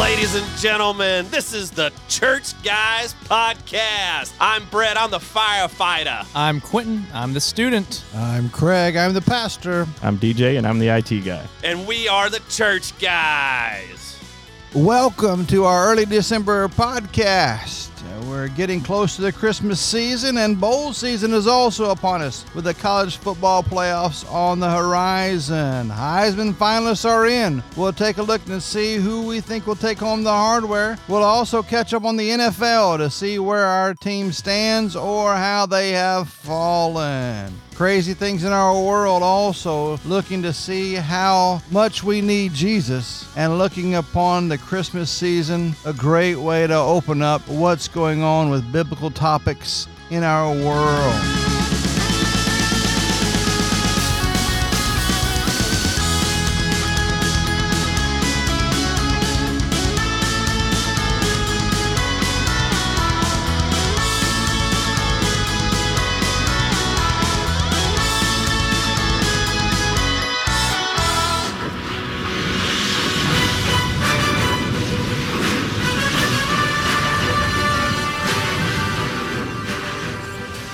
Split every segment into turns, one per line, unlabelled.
Ladies and gentlemen, this is the Church Guys Podcast. I'm Brett, I'm the firefighter.
I'm Quentin. I'm the student.
I'm Craig. I'm the pastor.
I'm DJ and I'm the IT guy.
and we are the church guys.
Welcome to our early December podcast. Uh, We're getting close to the Christmas season, and bowl season is also upon us with the college football playoffs on the horizon. Heisman finalists are in. We'll take a look and see who we think will take home the hardware. We'll also catch up on the NFL to see where our team stands or how they have fallen. Crazy things in our world, also looking to see how much we need Jesus and looking upon the Christmas season, a great way to open up what's going on with biblical topics in our world.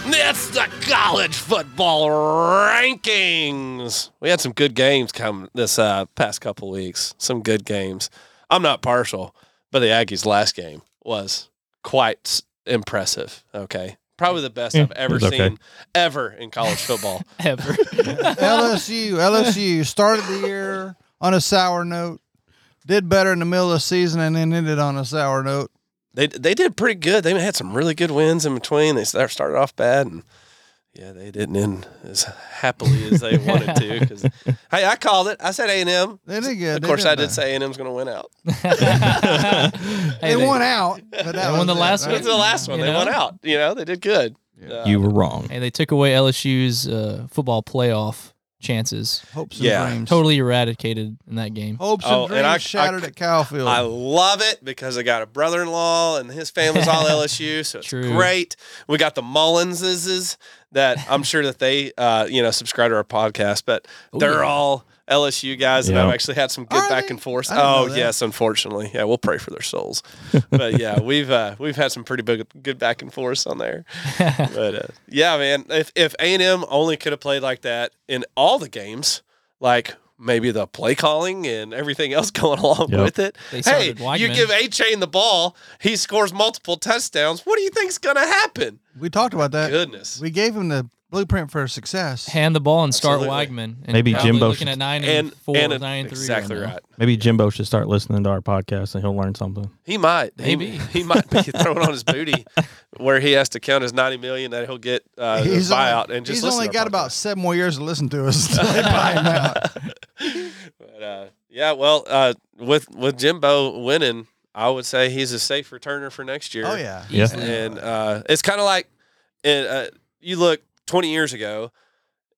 That's the college football rankings. We had some good games come this uh, past couple weeks. Some good games. I'm not partial, but the Aggies' last game was quite s- impressive. Okay, probably the best
Yeah,
I've ever
it was
seen
okay.
ever in college football.
Ever.
LSU, LSU started the year on a sour note, did better in the middle of the season, and then ended on a sour note.
they they did pretty good. They had some really good wins in between. They start- started off bad and yeah, they didn't end as happily as they wanted to. 'cause- hey, I called it. I said A and M.
They did good.
Of
They
course, I did
bad.
say A and M's going to win out.
Hey,
they, won out, but that
won
was
the
it,
last
right?
That's the last one.
You
They won
know?
out. You know, they did good. Uh,
You were wrong.
Hey, they took away LSU's uh, football playoff chances.
Hopes and
Yeah.
dreams.
Totally eradicated in that game.
Hopes and
Oh, and
dreams
I- I-
shattered at Cowfield.
I love it because I got a brother-in-law and his family's all LSU, so it's
True.
great. We got the Mullinses that I'm sure that they, uh, you know, subscribe to our podcast, but
Oh,
they're
yeah.
all LSU guys, and
Yeah.
I've actually had some good
Are
back
they?
and forth.
I didn't know
Oh
that.
yes, unfortunately, yeah, we'll pray for their souls, but yeah, we've uh, we've had some pretty big, good back and forth on there. But uh, yeah, man, if if A and M only could have played like that in all the games, like. Maybe the play calling and everything else going along
Yep.
with it
They
hey,
sounded
you
Weigman.
give A Chain the ball, he scores multiple touchdowns. What do you think's going to happen?
we talked about that.
Goodness.
Uh, We gave him the blueprint for success.
Hand the ball and start
Absolutely.
Wagman. And
Maybe
probably
Jimbo
looking
should-
at nine and,
And,
four,
and
nine and three.
exactly
now.
right.
Maybe Jimbo should start listening to our podcast and he'll learn something.
He might. He-
Maybe.
He, might be thrown on his booty where he has to count his 90 million that he'll get uh, his
only-
buyout and just
he's
listen
only
to
got
our
about
podcast.
seven more years to listen to us. Oh, till they buy him out.
But, uh, yeah, well, uh, with, with Jimbo winning, I would say he's a safe returner for next year.
Oh yeah,
Yeah.
Easily.
and uh, it's kind of like and, uh, you look 20 years ago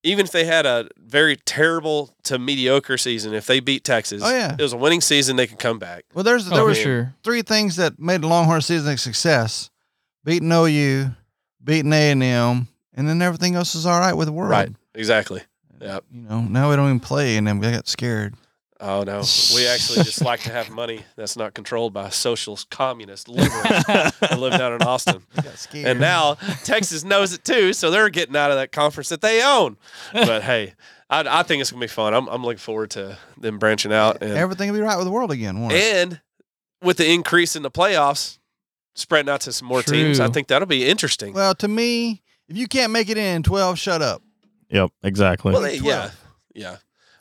even if they had a very terrible to mediocre season if they beat texas
Oh, yeah.
it was a winning season they could come back
Well, there's
Oh,
there
for
were
sure.
three things that made the Longhorn season a success: beating OU, beating A and M, and then everything else is all right with the world.
Right. exactly yep
You know, now we don't even play, and then we got scared.
oh no we actually just like to have money that's not controlled by social communist liberals that live down in austin
We got scared.
and now texas knows it too so they're getting out of that conference that they own but hey I, I think it's going to be fun I'm, I'm looking forward to them branching out and
everything will be right with the world again. won't it?
And with the increase in the playoffs, spreading out to some more teams,
True.
I think that'll be interesting.
Well, to me, if you can't make it in twelve, shut up.
Yep, exactly.
Well,
Big
yeah,
12.
yeah.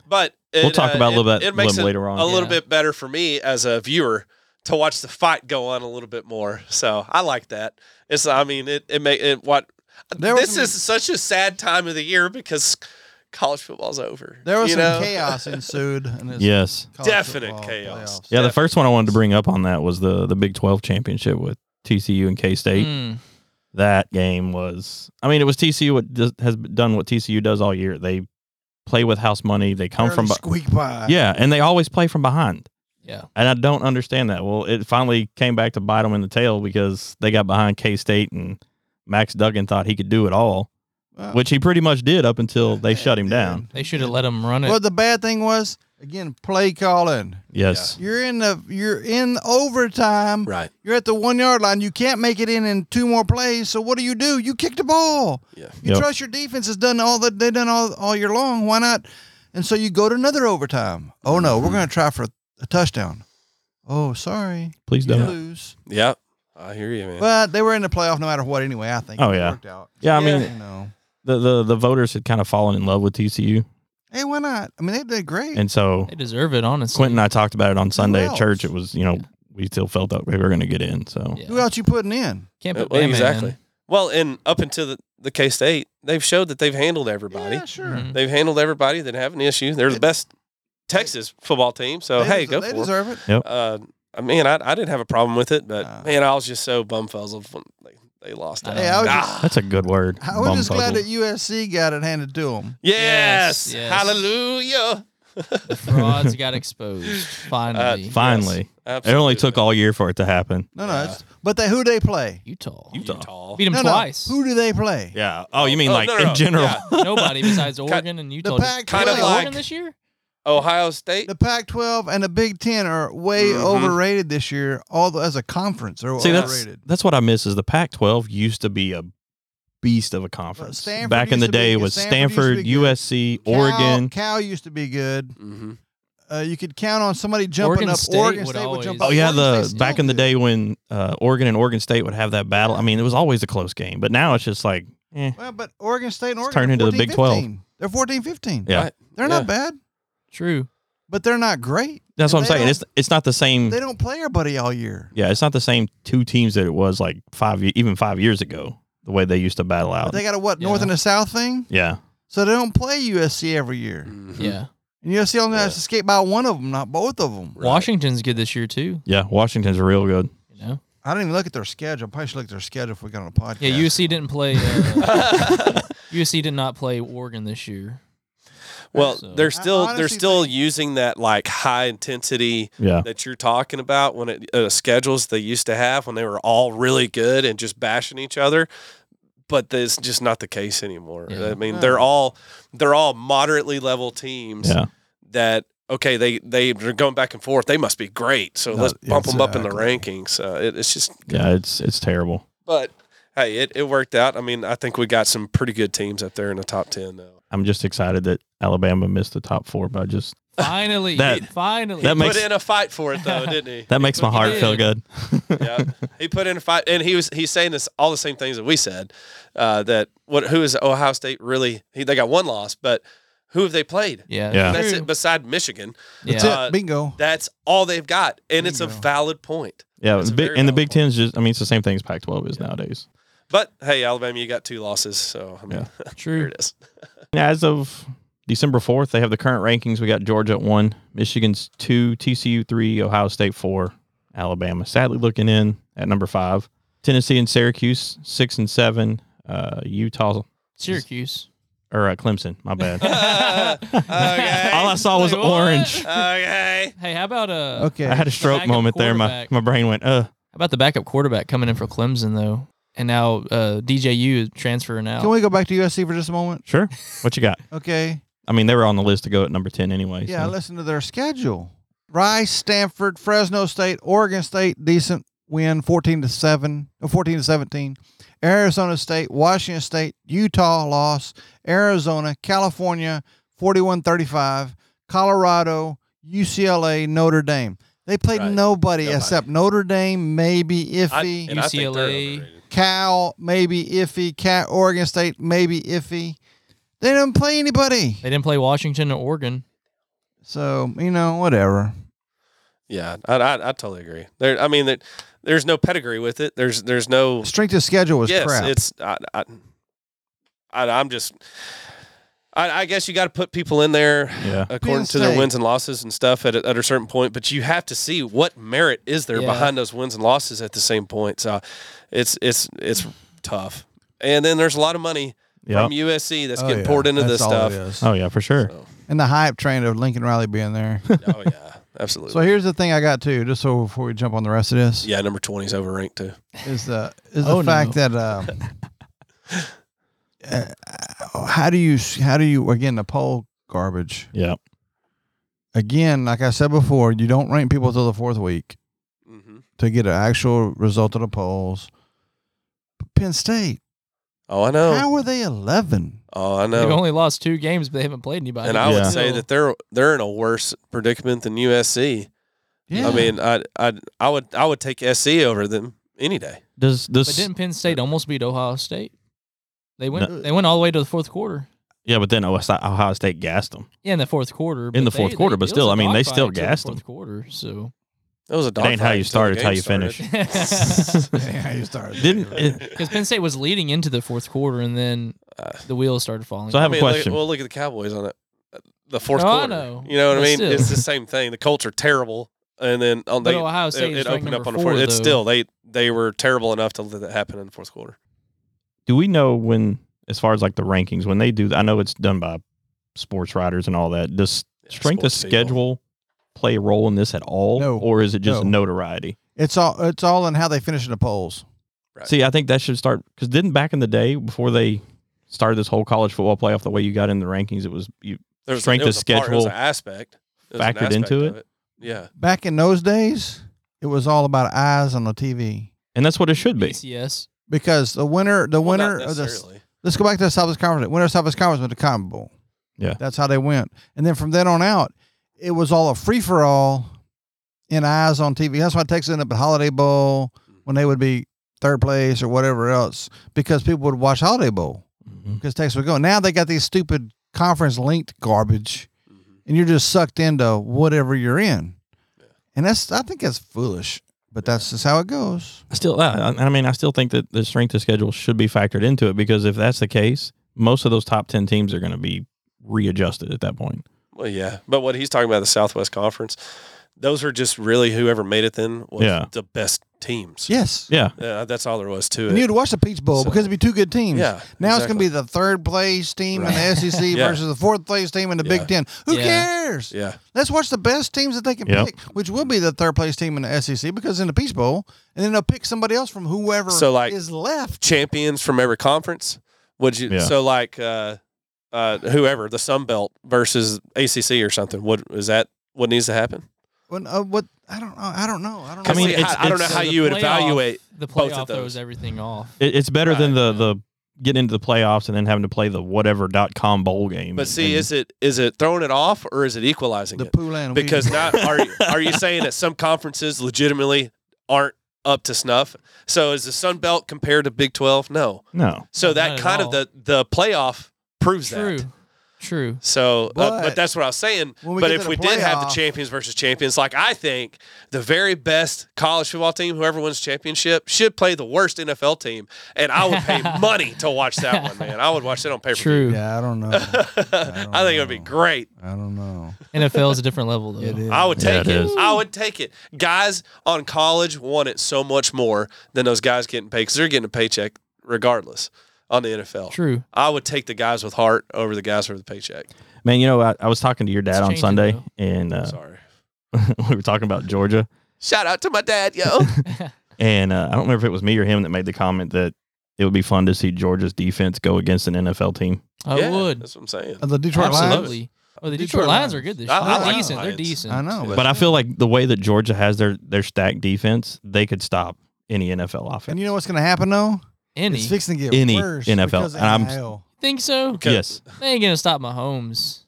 But uh,
We'll talk about a little bit-
It makes
little
it
later on.
a little
Yeah.
bit better for me as a viewer to watch the fight go on a little bit more. So I like that. It's I mean it it may it what
There was
this
some-
is such a sad time of the year because college football's over.
There was
you
some
know?
chaos ensued. In this
yes.
college
Definite
football
chaos.
playoffs.
Yeah, the first one I wanted to bring up on that was the the Big 12 championship with TCU and K State.
Mm,
That game was I mean, it was TCU what does, has done what TCU does all year. They play with house money. They come
Barely
from, be-
squeak by.
yeah, and they always play from behind.
Yeah.
And I don't understand that. Well, it finally came back to bite them in the tail because they got behind K State and Max Duggan thought he could do it all,
Well,
which he pretty much did up until they shut him
Oh. yeah.
down.
They should have let him run it.
Well, the bad thing was again play calling.
Yes.
You're in the you're in overtime.
Right.
You're at the one yard line. You can't make it in in two more plays. So what do you do? You kick the ball.
Yeah.
You
Yep.
trust your defense has done all that they've done all all year long. Why not? And so you go to another overtime. Oh no, we're going to try for a touchdown. Oh, sorry,
Please
you
don't. Yeah,
lose.
Yeah. I hear you, man.
But they were in the playoff no matter what anyway. I think.
Oh,
It
yeah.
worked out.
I
Yeah.
mean,
You know.
the, the, the voters had kind of fallen in love with TCU.
Hey, why not? I mean, they did great.
And so
they deserve it, honestly.
Quentin and I talked about it on Sunday at
else?
church. It was, you know, we still felt that we were going to get in. So,
Yeah.
Who else you putting in?
Can't
Uh,
put Bama in.
exactly. Well, and up until the, the K State, they've showed that they've handled everybody.
Yeah, sure.
Mm-hmm.
Mhm.
They've handled everybody that have an issue. They're the
They-
best Texas football team. So
Oh,
They
hey,
des-
go
they
for it.
deserve it.
Uh, I mean, I, I didn't have a problem with it, but
Nah.
man, I was just so bumfuzzled when they, they lost it.
Hey, I
was
Ah,
that's a good word.
I was just glad that
Bumfuzzled.
USC got it handed to them.
Yes,
yes,
yes.
hallelujah.
The frauds got exposed finally.
Uh,
Finally, it
Absolutely.
only took all year for it to happen.
No, no.
Yeah.
It's, but they who they play?
Utah.
Utah.
Beat them
No,
twice.
no. Who do they play?
Yeah. Oh, you mean
Oh,
like
no, no, no.
in general?
Yeah.
Nobody besides Oregon and Utah. just-
Pac-
Kind of
Really,
like-
Oregon this year.
Ohio State.
The Pac-12 and the Big Ten are way
Mhm.
overrated this year. Although as a conference, they're
Mm-hmm. See, that's
overrated.
that's what I miss is the Pac-12 used to be a beast of a
Well,
conference.
Stanford
Back in
used
the
to be
day, it
good.
was
Stanford
Stanford,
used to be good.
USC,
Cal-
Oregon.
Cal used to be good.
Mhm.
Uh, you could count on somebody jumping
Oregon
up.
State
Oregon
would
State would
always-
jump up.
Oh yeah,
Oregon
the
State
back
still
in the
do.
day when uh, Oregon and Oregon State would have that battle. I mean, it was always a close game, but now it's just like, eh,
Well, but Oregon State and
It's
Oregon
turned
are
into the
14,
Big 12.
15. They're 14, 15.
yeah.
Right.
They're
Yeah.
not bad,
True.
but they're not great.
That's
And
what I'm
they
saying.
don't-
It's it's not the same.
They don't play everybody all year.
Yeah, it's not the same two teams that it was like five ye- even five years ago. The way they used to battle
But
out.
they got a what
Yeah.
north and a south thing,
yeah,
so they don't play USC every year.
Mhm.
Yeah.
And USC only
Yeah.
has to skate by one of them, not both of them.
Right.
Washington's good this year too.
yeah. Washington's real good.
You know.
I didn't even look at their schedule. Probably should look at their schedule if we got on a podcast.
Yeah. USC didn't play. Uh, USC did not play Oregon this year.
Well,
So-
they're
I
still
honestly
they're still
think-
using that like high intensity
Yeah,
that you're talking about when it uh, schedules they used to have when they were all really good and just bashing each other but that's just not the case anymore
Yeah.
i mean
No.
they're all they're all moderately level teams
yeah.
that okay they they're going back and forth they must be great so
No,
let's bump them up in the
exactly.
rankings uh, it, it's just
Yeah, it's it's terrible.
but hey it, it worked out i mean i think we got some pretty good teams up there in the top 10 now
I'm just excited that Alabama missed the top four by just
Finally.
That-
finally.
that
he
makes-
put in a fight for it though didn't he
that makes my
He
heart feel
did.
good.
yeah, he put in a fight, and he was he's saying this all the same things that we said. Uh, that what who is Ohio State really? He, they got one loss, but who have they played?
yeah.
Yeah.
That's
true.
it. Beside Michigan,
That's
yeah.
Uh,
it. Bingo.
that's all they've got, and it's a
Bingo.
valid point.
Yeah,
That's a
big,
very
and the
valid
Big
point.
Ten's just I mean it's the same thing as Pac-12 is nowadays.
But hey, Alabama, you got two losses, so I mean, here
True.
it is.
As of December 4th, they have the current rankings. We got Georgia at one, Michigan's two, TCU three, Ohio State four, Alabama sadly looking in at number five, Tennessee and Syracuse six and seven, uh, Utah
Syracuse.
or uh, Clemson. My bad.
Uh, okay.
All I saw was
Like, what?
orange.
Okay,
Hey, how about uh?
Okay.
I had a stroke
Backup
moment there. My
quarterback.
my brain went uh.
How about the backup quarterback coming in for Clemson though, and now uh, DJU is transferring out.
Can we go back to USC for just a moment?
Sure. What you got?
Okay.
I mean, they were on the list to go at number ten anyway.
Yeah,
so-
listen to their schedule. Rice, Stanford, Fresno State, Oregon State, decent win, fourteen to seven, or fourteen to seventeen. Arizona State, Washington State, Utah loss, Arizona, California, forty-one thirty-five, Colorado, UCLA, Notre Dame. They played
Right.
nobody,
Nobody.
except Notre Dame, maybe
I-
iffy.
and I think they're
UCLA.
overrated.
Cal, maybe iffy. Cat, Oregon State, maybe iffy. They didn't play anybody.
They didn't play Washington or Oregon.
So, you know, whatever.
Yeah, I, I, I totally agree. There, I mean, there, there's no pedigree with it. There's there's no
Strength of schedule was
yes,
crap.
it's I, I, I, am just. I, I guess you got to put people in there
Yeah.
according
Penn
to their
State.
wins and losses and stuff at a, at a certain point, but you have to see what merit is there
Yeah.
behind those wins and losses at the same point. So, it's it's it's tough. And then there's a lot of money
Yeah.
from USC that's
Oh,
getting
yeah.
poured into
That's
this
all
stuff.
it is.
Oh yeah, for sure.
So-
And the hype train of Lincoln Riley being there.
oh yeah, absolutely.
so here's the thing I got too, just so before we jump on the rest of this,
yeah, number twenty is overranked too.
is the is the
Oh, no.
fact that uh, uh, how do you how do you again the poll garbage
Yeah.
again? Like I said before, you don't rank people till the fourth week
Mm-hmm.
to get an actual result of the polls. But Penn State,
Oh, I know.
how are they eleven?
oh, I
They've
know.
only lost two games, but they haven't played anybody.
And I
Yeah.
would say that they're they're in a worse predicament than USC. I mean, I I I would I would take SC over them any day.
Does
But
this?
didn't Penn State
uh,
almost beat Ohio State? They went.
No.
They went all the way to the fourth quarter.
yeah, but then Ohio Ohio State gassed them.
Yeah, in the fourth quarter.
the
but
fourth
they-
quarter,
they- it
but
was
still,
a
I mean, they
dogfight
still
until the
gassed
fourth
them.
quarter. So
That was a
It ain't how
dogfight
you
until the
started, it's how
game
you finish.
because
how you started.
Didn't it,
Penn State was leading into the fourth quarter, and then
Uh,
the wheels started falling.
So I
I
have
mean,
a
look-
question.
well, look at the Cowboys on it. Uh, The fourth
No, I
quarter.
know,
You know what I
but
mean?
still.
It's the same thing. The Colts are terrible, and then on
but
they
Ohio
it-
State
it,
is ranked
opened up
number
on the
four.
fourth. It's
though.
still they they were terrible enough to let that happen in the fourth quarter.
do we know when, as far as like the rankings, when they do? I know it's done by sports writers and all that. Does
Yeah,
strength of
sports people.
schedule play a role in this at all,
No.
or is it just
No.
notoriety?
It's all it's all in how they finish in the polls.
Right.
See, I think that should start because didn't back in the day before they started this whole college football playoff, the way you got in the rankings, it was you
There was-
strength
it was
of
a part- it was
schedule
an aspect It was an
factored into it?
aspect of Yeah,
Back in those days, it was all about eyes on the TV
and that's what it should be.
BCS.
because the winner, the
Well, not
winner of this.
necessarily.
Let's go back to the Southwest Conference. Winner of Southwest Conference went to Cotton Bowl.
Yeah.
that's how they went. And then from then on out, it was all a free for all in eyes on TV. That's why Texas ended up at Holiday Bowl when they would be third place or whatever else because people would watch Holiday Bowl
Mhm.
because Texas would go. Now they got these stupid conference linked garbage.
Mhm.
and you're just sucked into whatever you're in.
Yeah.
And that's I think that's foolish, but
Yeah.
that's just how it goes.
I still, I, I mean, I still think that the strength of schedule should be factored into it because if that's the case, most of those top ten teams are going to be readjusted at that point.
Well, yeah, but what he's talking about the Southwest Conference, those are just really whoever made it then was
Yeah.
the best teams.
Yes.
Yeah,
Yeah, that's all there was to
And
it.
you'd watch the Peach Bowl
So-
because it'd be two good teams.
Yeah,
Now it's going to
exactly.
be the third place team in
Right.
the SEC
Yeah.
versus the fourth place team in the
Yeah.
Big Ten. Who
Yeah.
cares?
yeah,
Let's watch the best teams that they can
Yep.
pick, which will be the third place team in the SEC because in the Peach Bowl, and then they'll pick somebody else from whoever
So, like-
is left.
champions from every conference. Would you
Yeah.
so like uh, uh, whoever the Sun Belt versus ACC or something? What is that? What needs to happen?
When, uh, what I don't know. I don't know. I don't know.
I mean,
See,
it's-
I, I don't know
it's-
how
So the
you would
playoff-
evaluate.
The
both
playoff
of those.
throws everything off.
it, it's better than the
Right.
the getting into the playoffs and then having to play the whatever dot com bowl game.
But see,
And-
is it is it throwing it off or is it equalizing
the
it?
pool and
Because
Ouija.
not are you- are you saying that some conferences legitimately aren't up to snuff? So is the Sun Belt compared to Big Twelve? No.
no,
So
No,
that
not at
kind of
all.
the the playoff proves
True.
that.
True.
So, uh, but,
But-
but that's what I was saying.
When we
But
get
if
to the
we did have the
playoff-
champions versus champions, like I think the very best college football team, whoever wins championship, should play the worst NFL team, and I would pay money to watch that one, man. I would watch that on paper.
True.
yeah, I don't know.
I think it would be
know.
great.
I don't know.
NFL is a different level though.
It is.
I would
Yeah,
take
it
it.
is.
I would take it. Guys on college want it so much more than those guys getting paid because they're getting a paycheck regardless on the NFL.
True.
I would take the guys with heart over the guys with the paycheck.
man, you know, I, I was talking to your dad
It's
on
changing,
Sunday,
though.
and uh,
Sorry.
we were talking about Georgia,
Shout out to my dad, yo.
and uh, I don't remember if it was me or him that made the comment that it would be fun to see Georgia's defense go against an NFL team.
I
Yeah,
would.
That's what I'm saying.
Uh, the Detroit Lions.
Absolutely. Well, the Detroit,
Detroit
Lions are
Lions.
good this year.
I- I
They're
like
decent.
the
They're
Lions.
decent.
I know,
But I feel like the way that Georgia has their their stacked defense, they could stop any NFL offense.
And you know what's going to happen though?
Any
It's fixing to get
Any
worse.
NFL.
because of
And I'm-
NIL.
think so?
Okay.
Yes.
They ain't gonna stop Mahomes.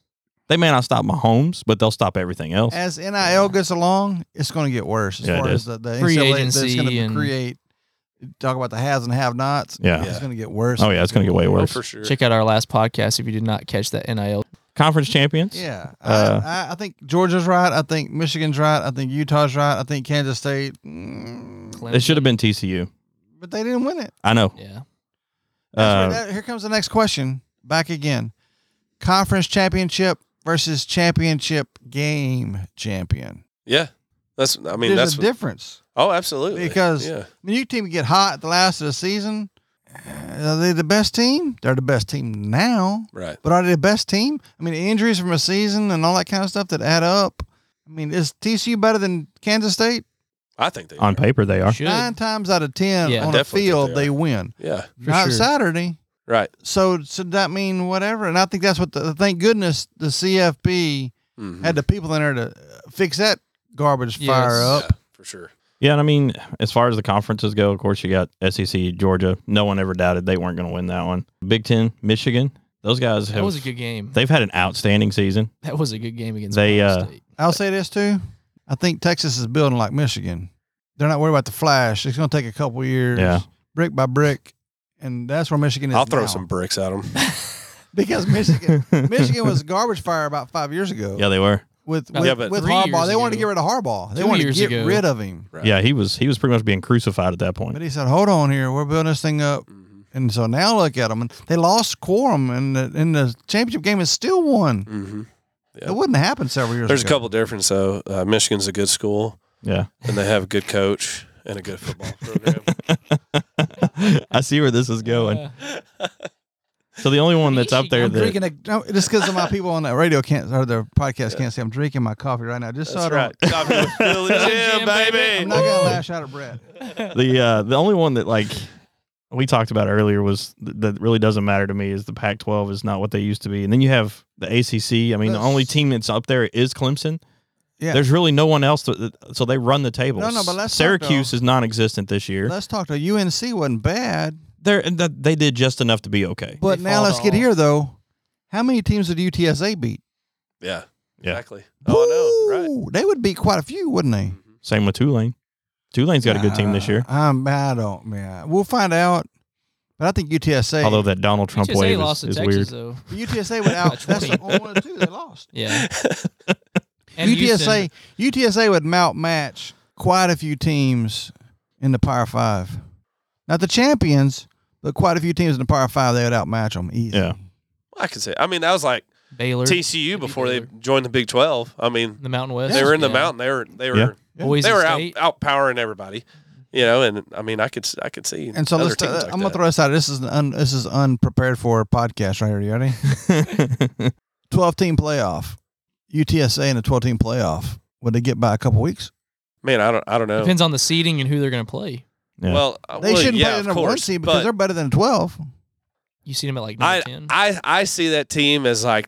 They may not stop Mahomes, but they'll stop everything else.
as NIL gets along, it's going to get worse as
Yeah, it
far as
is.
the, the
Free
NCAA that's
agency
going to
and-
create. Talk about the haves and have-nots.
yeah.
Yeah.
It's going to get worse.
Oh yeah, it's gonna get way
Oh,
worse.
for sure.
Check out our last podcast if you did not catch that NIL.
Conference champions.
Yeah,
Uh,
I, I, I think Georgia's right. I think Michigan's right. I think Utah's right. I think Kansas State, mm,
It should have been TCU.
but they didn't win it.
I know.
Yeah.
Uh,
That's right. That- here comes the next question. Back again. Conference championship versus championship game champion.
Yeah. That's I mean
There's
that's
a difference
Oh, absolutely.
because
yeah.
I mean, your team can get hot at the last of the season. uh, Are they the best team? They're the best team now.
Right.
But are they the best team? I mean, injuries from a season and all that kind of stuff that add up. I mean, is TCU better than Kansas State?
I think they
On
are.
paper, they are.
Should.
Nine times out of ten
Yeah. I
on a
definitely think
field,
they
they,
are.
win.
Yeah.
For
Not
sure.
Saturday.
Right.
So, so that mean whatever. And I think that's what. The, thank goodness the CFP
Mhm.
had the people in there to uh, fix that garbage
Yes.
fire up.
Yeah, for sure.
Yeah, and I mean, as far as the conferences go, of course, you got SEC, Georgia. No one ever doubted they weren't going to win that one. Big Ten, Michigan. Those guys
That
have.
was a good game.
They've had an outstanding season.
That was a good game against
They,
Ohio
uh,
State.
I'll say this too. I think Texas is building like Michigan. They're not worried about the flash. It's going to take a couple years,
Yeah.
brick by brick, and that's where Michigan is.
I'll throw
now.
some bricks at them.
because Michigan, Michigan was a garbage fire about five years ago.
Yeah, they were.
With
Yeah,
with,
but-
with
Three
Harbaugh,
years
they wanted to
ago.
get rid of Harbaugh. They
Two
wanted to
years
get
ago.
rid of him.
Right.
Yeah, he was. He was pretty much being crucified at that
But
point.
he said, "Hold on here, we're building this thing up."
Mm-hmm.
And so now look at them, and they lost quorum in the in the championship game and still won.
Mm-hmm. Yeah.
It wouldn't happen several years
There's a
ago.
couple difference though. Uh, Michigan's a good school,
Yeah,
and they have a good coach and a good football program.
I see where this is going.
Yeah.
So the only one that's up there
I'm
that
drinking a, no, just because of my people on the radio can't or the podcast can't see. I'm drinking my coffee right now. Just so I
That's
don't,
right. Coffee with Phil and Jim,
Jim, baby.
baby.
I'm not gonna lash out at Brett.
the uh, the only one that like we talked about earlier was th- that really doesn't matter to me is the Pac-12 is not what they used to be, and then you have the ACC. I mean, the
That's-
only team that's up there is Clemson.
Yeah.
There's really no one else, to, so they run the table.
No, no, but let's talk,
Syracuse
though.
is non-existent this year.
Let's talk to UNC. wasn't bad,
They're, th- they did just enough to be okay.
but
They
now let's
fought
get
off.
here though. How many teams did UTSA beat?
Yeah.
Yeah.
Exactly. Oh, I know. Right.
Ooh, They would beat quite a few, wouldn't they?
Same with Tulane. Tulane's got a good team this year,
Uh, I'm, I don't, man. We'll find out. But I think UTSA.
although that Donald Trump
HSA
wave
lost
is,
to
is
Texas
weird.
though.
UTSA would out.
By
that's
20.
on one of two. They lost.
Yeah.
UTSA.
Houston-
UTSA would outmatch quite a few teams in the Power Five. Not the champions, but quite a few teams in the Power Five. They would outmatch them easy.
Yeah.
I could say. I mean, I was like
Baylor,
TCU before they
Baylor.
joined the Big Twelve. I mean,
the Mountain West.
they were in the
yeah.
mountain. They were they were
Yeah.
Boise
they were out
State.
outpowering everybody. You know, and I mean, I could s- I could see.
And so
other
let's. uh,
teams like
I'm gonna
that.
throw this out. This is an un, this is unprepared for podcast right here. You ready? Twelve team playoff. UTSA in a twelve team playoff. Would they get by a couple weeks?
Man, I don't I don't know.
Depends on the seeding and who they're going to play.
Yeah.
Well, uh,
They
well,
shouldn't
yeah,
play in
of
the one
course,
seed because
but-
they're better than twelve.
You see them at like number
I,
ten.
I I see that team as like,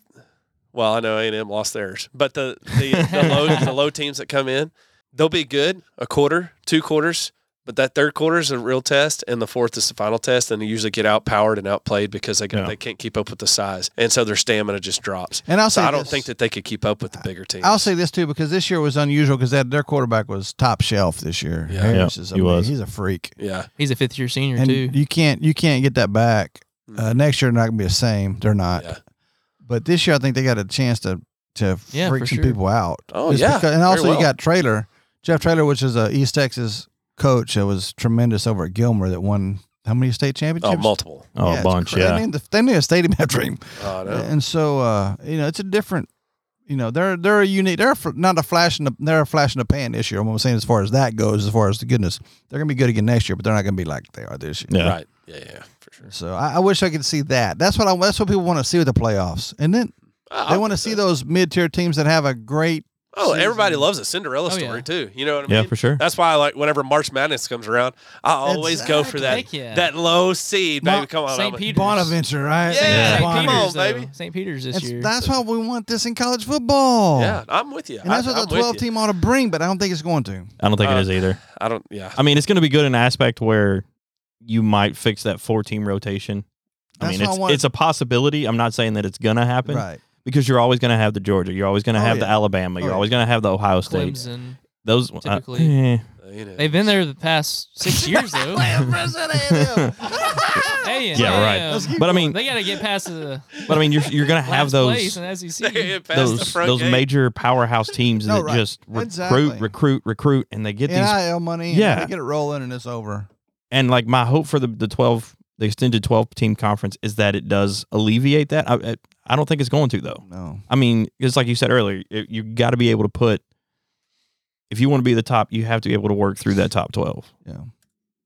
well, I know A and M lost theirs, but the the, the low the low teams that come in, they'll be good a quarter, two quarters, but that third quarter is a real test, and the fourth is the final test, and they usually get outpowered and outplayed because they can,
Yeah.
they can't keep up with the size, and so their stamina just drops.
And I'll say
So I don't
this.
think that they could keep up with the bigger teams.
I'll say this too because this year was unusual because their quarterback was top shelf this year.
Yeah.
Harris
Yeah,
is
he was.
amazing. He's a freak,
yeah,
He's a fifth year senior
and
too. Mm-hmm.
you can't you can't get that back.
Mm.
Uh, next year not gonna be the same. They're not.
yeah.
But this year I think they got a chance to to
Yeah,
freak
for
some
sure.
people out.
Oh
Just
yeah,
because- and
very
also
well.
you got Trailer Jeff Trailer, which is a East Texas coach that was tremendous over at Gilmer that won how many state championships?
oh multiple.
oh,
it's
a bunch.
cra- They
Yeah.
named, the, they named a stadium after him.
Oh, no.
And so, uh, you know, it's a different. You know, they're they're a unique. They're fl- not a flash in the they're a flash in the pan this year. What I'm saying, as far as that goes, as far as the goodness, they're gonna be good again next year, but they're not gonna be like they are this year.
Yeah.
Right. Yeah, yeah, for sure.
So I, I wish I could see that. That's what I. That's what people want to see with the playoffs, and then
I-
they
I'll
want to
get
see
that.
those mid tier teams that have a great.
Oh, everybody
season.
loves a Cinderella
Oh,
story
yeah.
too. You know what I
Yeah,
mean?
for sure.
That's why I like whenever March Madness comes around, I always go for that
Heck yeah.
that low seed, baby.
Ma-
come on,
St.
I'm-
Peter's.
Bonaventure, right?
Yeah,
St.
come
Peter's,
on,
though.
baby.
St. Peter's this
It's-
year.
that's why we want this in college football.
Yeah, I'm with you.
Oh. and that's
I,
what
I'm
the
with
12
you.
team ought to bring, but I don't think it's going to.
I don't think
Uh,
it is either.
I don't. Yeah,
I mean, it's going to be good in aspect where you might fix that four team rotation. I
That's
mean,
what I
it's,
want-
it's a possibility. I'm not saying that it's going to happen
Right.
because you're always going to have the Georgia. You're always going to
Oh,
have the
yeah.
Alabama.
Oh,
You're
yeah.
always going to have the Ohio State.
Clemson.
Those uh,
typically.
eh.
you know.
They've been there the past six years though. Hey, and
Yeah, right.
damn.
Let's keep
But I mean,
they got to get past the
but I mean, you're, you're going to have
last
those
place in E the SEC.
They hit past the
those
front
those
gate.
major powerhouse teams
No,
that
right.
just recruit,
Exactly.
recruit, recruit, and they get these
NIL money. and
Yeah.
they get it rolling, and it's over.
and like my hope for the, the 12 the extended 12 team conference is that it does alleviate that i, I, I don't think it's going to though
No.
i mean it's like you said earlier it, you got to be able to put if you want to be the top you have to be able to work through that top 12
Yeah.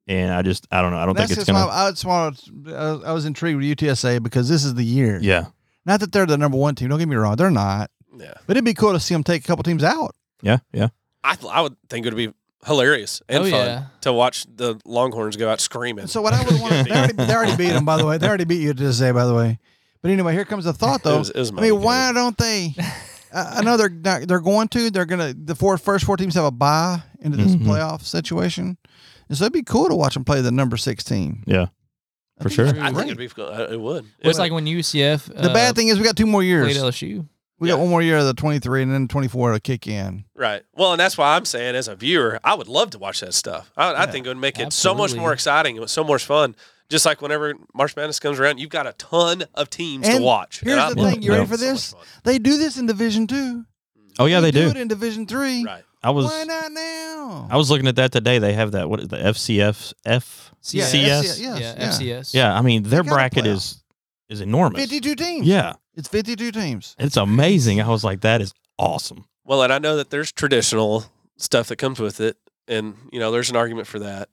And I just I don't know. I don't
That's
think it's
just
gonna.
why I, just wanted, I was- I was intrigued with UTSA because this is the year.
yeah,
Not that they're the number one team. Don't get me wrong. They're not.
Yeah.
But it'd be cool to see them take a couple teams out.
yeah, yeah.
I, th- I would think it would be hilarious and
Oh,
fun
yeah.
to watch the Longhorns go out screaming.
And so what I would want, they already, they already beat them, by the way. They already beat UTSA, by the way. But anyway, here comes the thought, though.
It was- it was
I
mighty
mean, why
good.
don't they? I I know they're not, they're going to. They're gonna the four first four teams have a bye into this
Mhm.
playoff situation, and so it'd be cool to watch them play the number six team
Yeah.
I
For
think
sure.
that'd be
I think
great.
it'd be. cool. Uh, It would.
Well, it's
It-
like when UCF
the
Uh,
bad thing is we got two
uh,
more
played
years.
LSU.
We got
Yeah.
one more year of the twenty three, and then twenty four will kick in.
right. Well, and that's why I'm saying, as a viewer, I would love to watch that stuff. I, I
Yeah.
think it would make it so much
Absolutely.
more exciting and so much fun. Just like whenever March Madness comes around, you've got a ton of teams to
And
watch.
here's
I
the
love
thing,
it.
you ready
It's
for
so much
this?
fun.
They do this in Division two.
Oh yeah, they, do.
it in Division three.
Right.
I was
Why not now?
I was looking at that today. They have that. What is the FCF F?
Yeah,
CS?
FCS,
Yeah,
yes,
FCS.
Yeah, I mean their
got a
bracket
playoff.
is is enormous.
fifty two teams.
Yeah,
it's fifty two teams.
it's amazing. I was like, that is awesome.
Well, and I know that there's traditional stuff that comes with it, and you know there's an argument for that.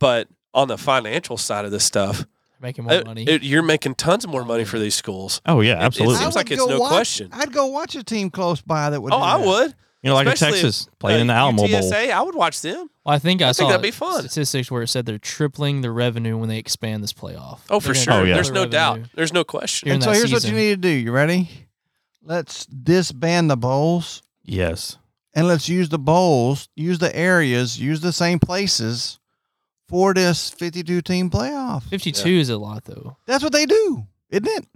But on the financial side of this stuff,
Making more
it-
money.
it- you're making tons more money for these schools.
Oh yeah,
It-
absolutely.
Seems
I
like
would
it's
go
no
watch-
question.
I'd go watch a team close by that would.
Oh,
do
I
that.
would.
you know, like in
especially if,
Texas playing in the
Uh,
Alamo Bowl.
UTSA, I would watch them.
well, I think I,
I think
saw
that'd be fun.
statistics where it said they're tripling the revenue when they expand this playoff.
Oh, for
They're
sure.
gonna
Oh, yeah.
double
There's
the
no
revenue.
doubt. There's no question.
during
And so
that
here's what you
season.
need to do. You ready? Let's disband the bowls
Yes.
and let's use the bowls, use the areas, use the same places for this 52 team playoff.
52 is a lot though.
That's what they do, isn't it?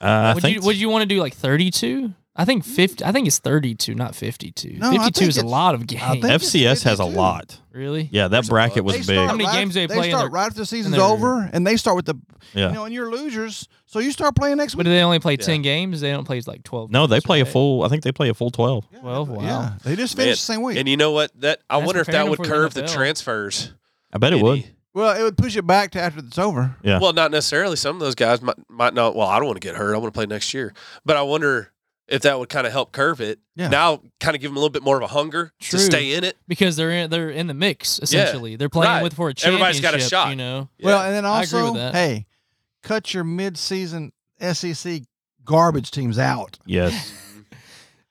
Uh, I
would
think
you would you want to do like 32? I think 50 I think it's 32, not 52.
No, I
52
think
is a
it's-
lot of
I
games.
think- it's
FCS has a
52.
lot.
really?
Yeah, that
There's a
bracket
lot.
was
They
big.
start
How many
right-
games do they
they
play in
start
their-
right after the season's
their-
over, and they start with the
Yeah.
you know, and you're losers, so you start playing next
But
week.
do they only play
Yeah.
10 games? They don't play like 12.
No, they
games,
play a
right?
full. I think they play a full twelve.
12. Wow.
Yeah, they just
Man,
finished the same week.
And you know what? That I
That's
wonder if that
preparing
would
for the
curve the
NFL.
transfers.
I bet it
Any-
would.
well, it would push it back to after it's over.
Yeah.
Well, not necessarily. Some of those guys might, might not. Well, I don't want to get hurt. I want to play next year. But I wonder if that would kind of help curve it.
Yeah.
Now, kind of give them a little bit more of a hunger
True.
to stay in it.
Because they're in, they're in the mix essentially. They're playing
Right.
with for a championship,
Everybody's got a shot.
you know.
Well, and then
I agree with
also,
that.
hey, cut your mid-season SEC garbage teams out
Yes.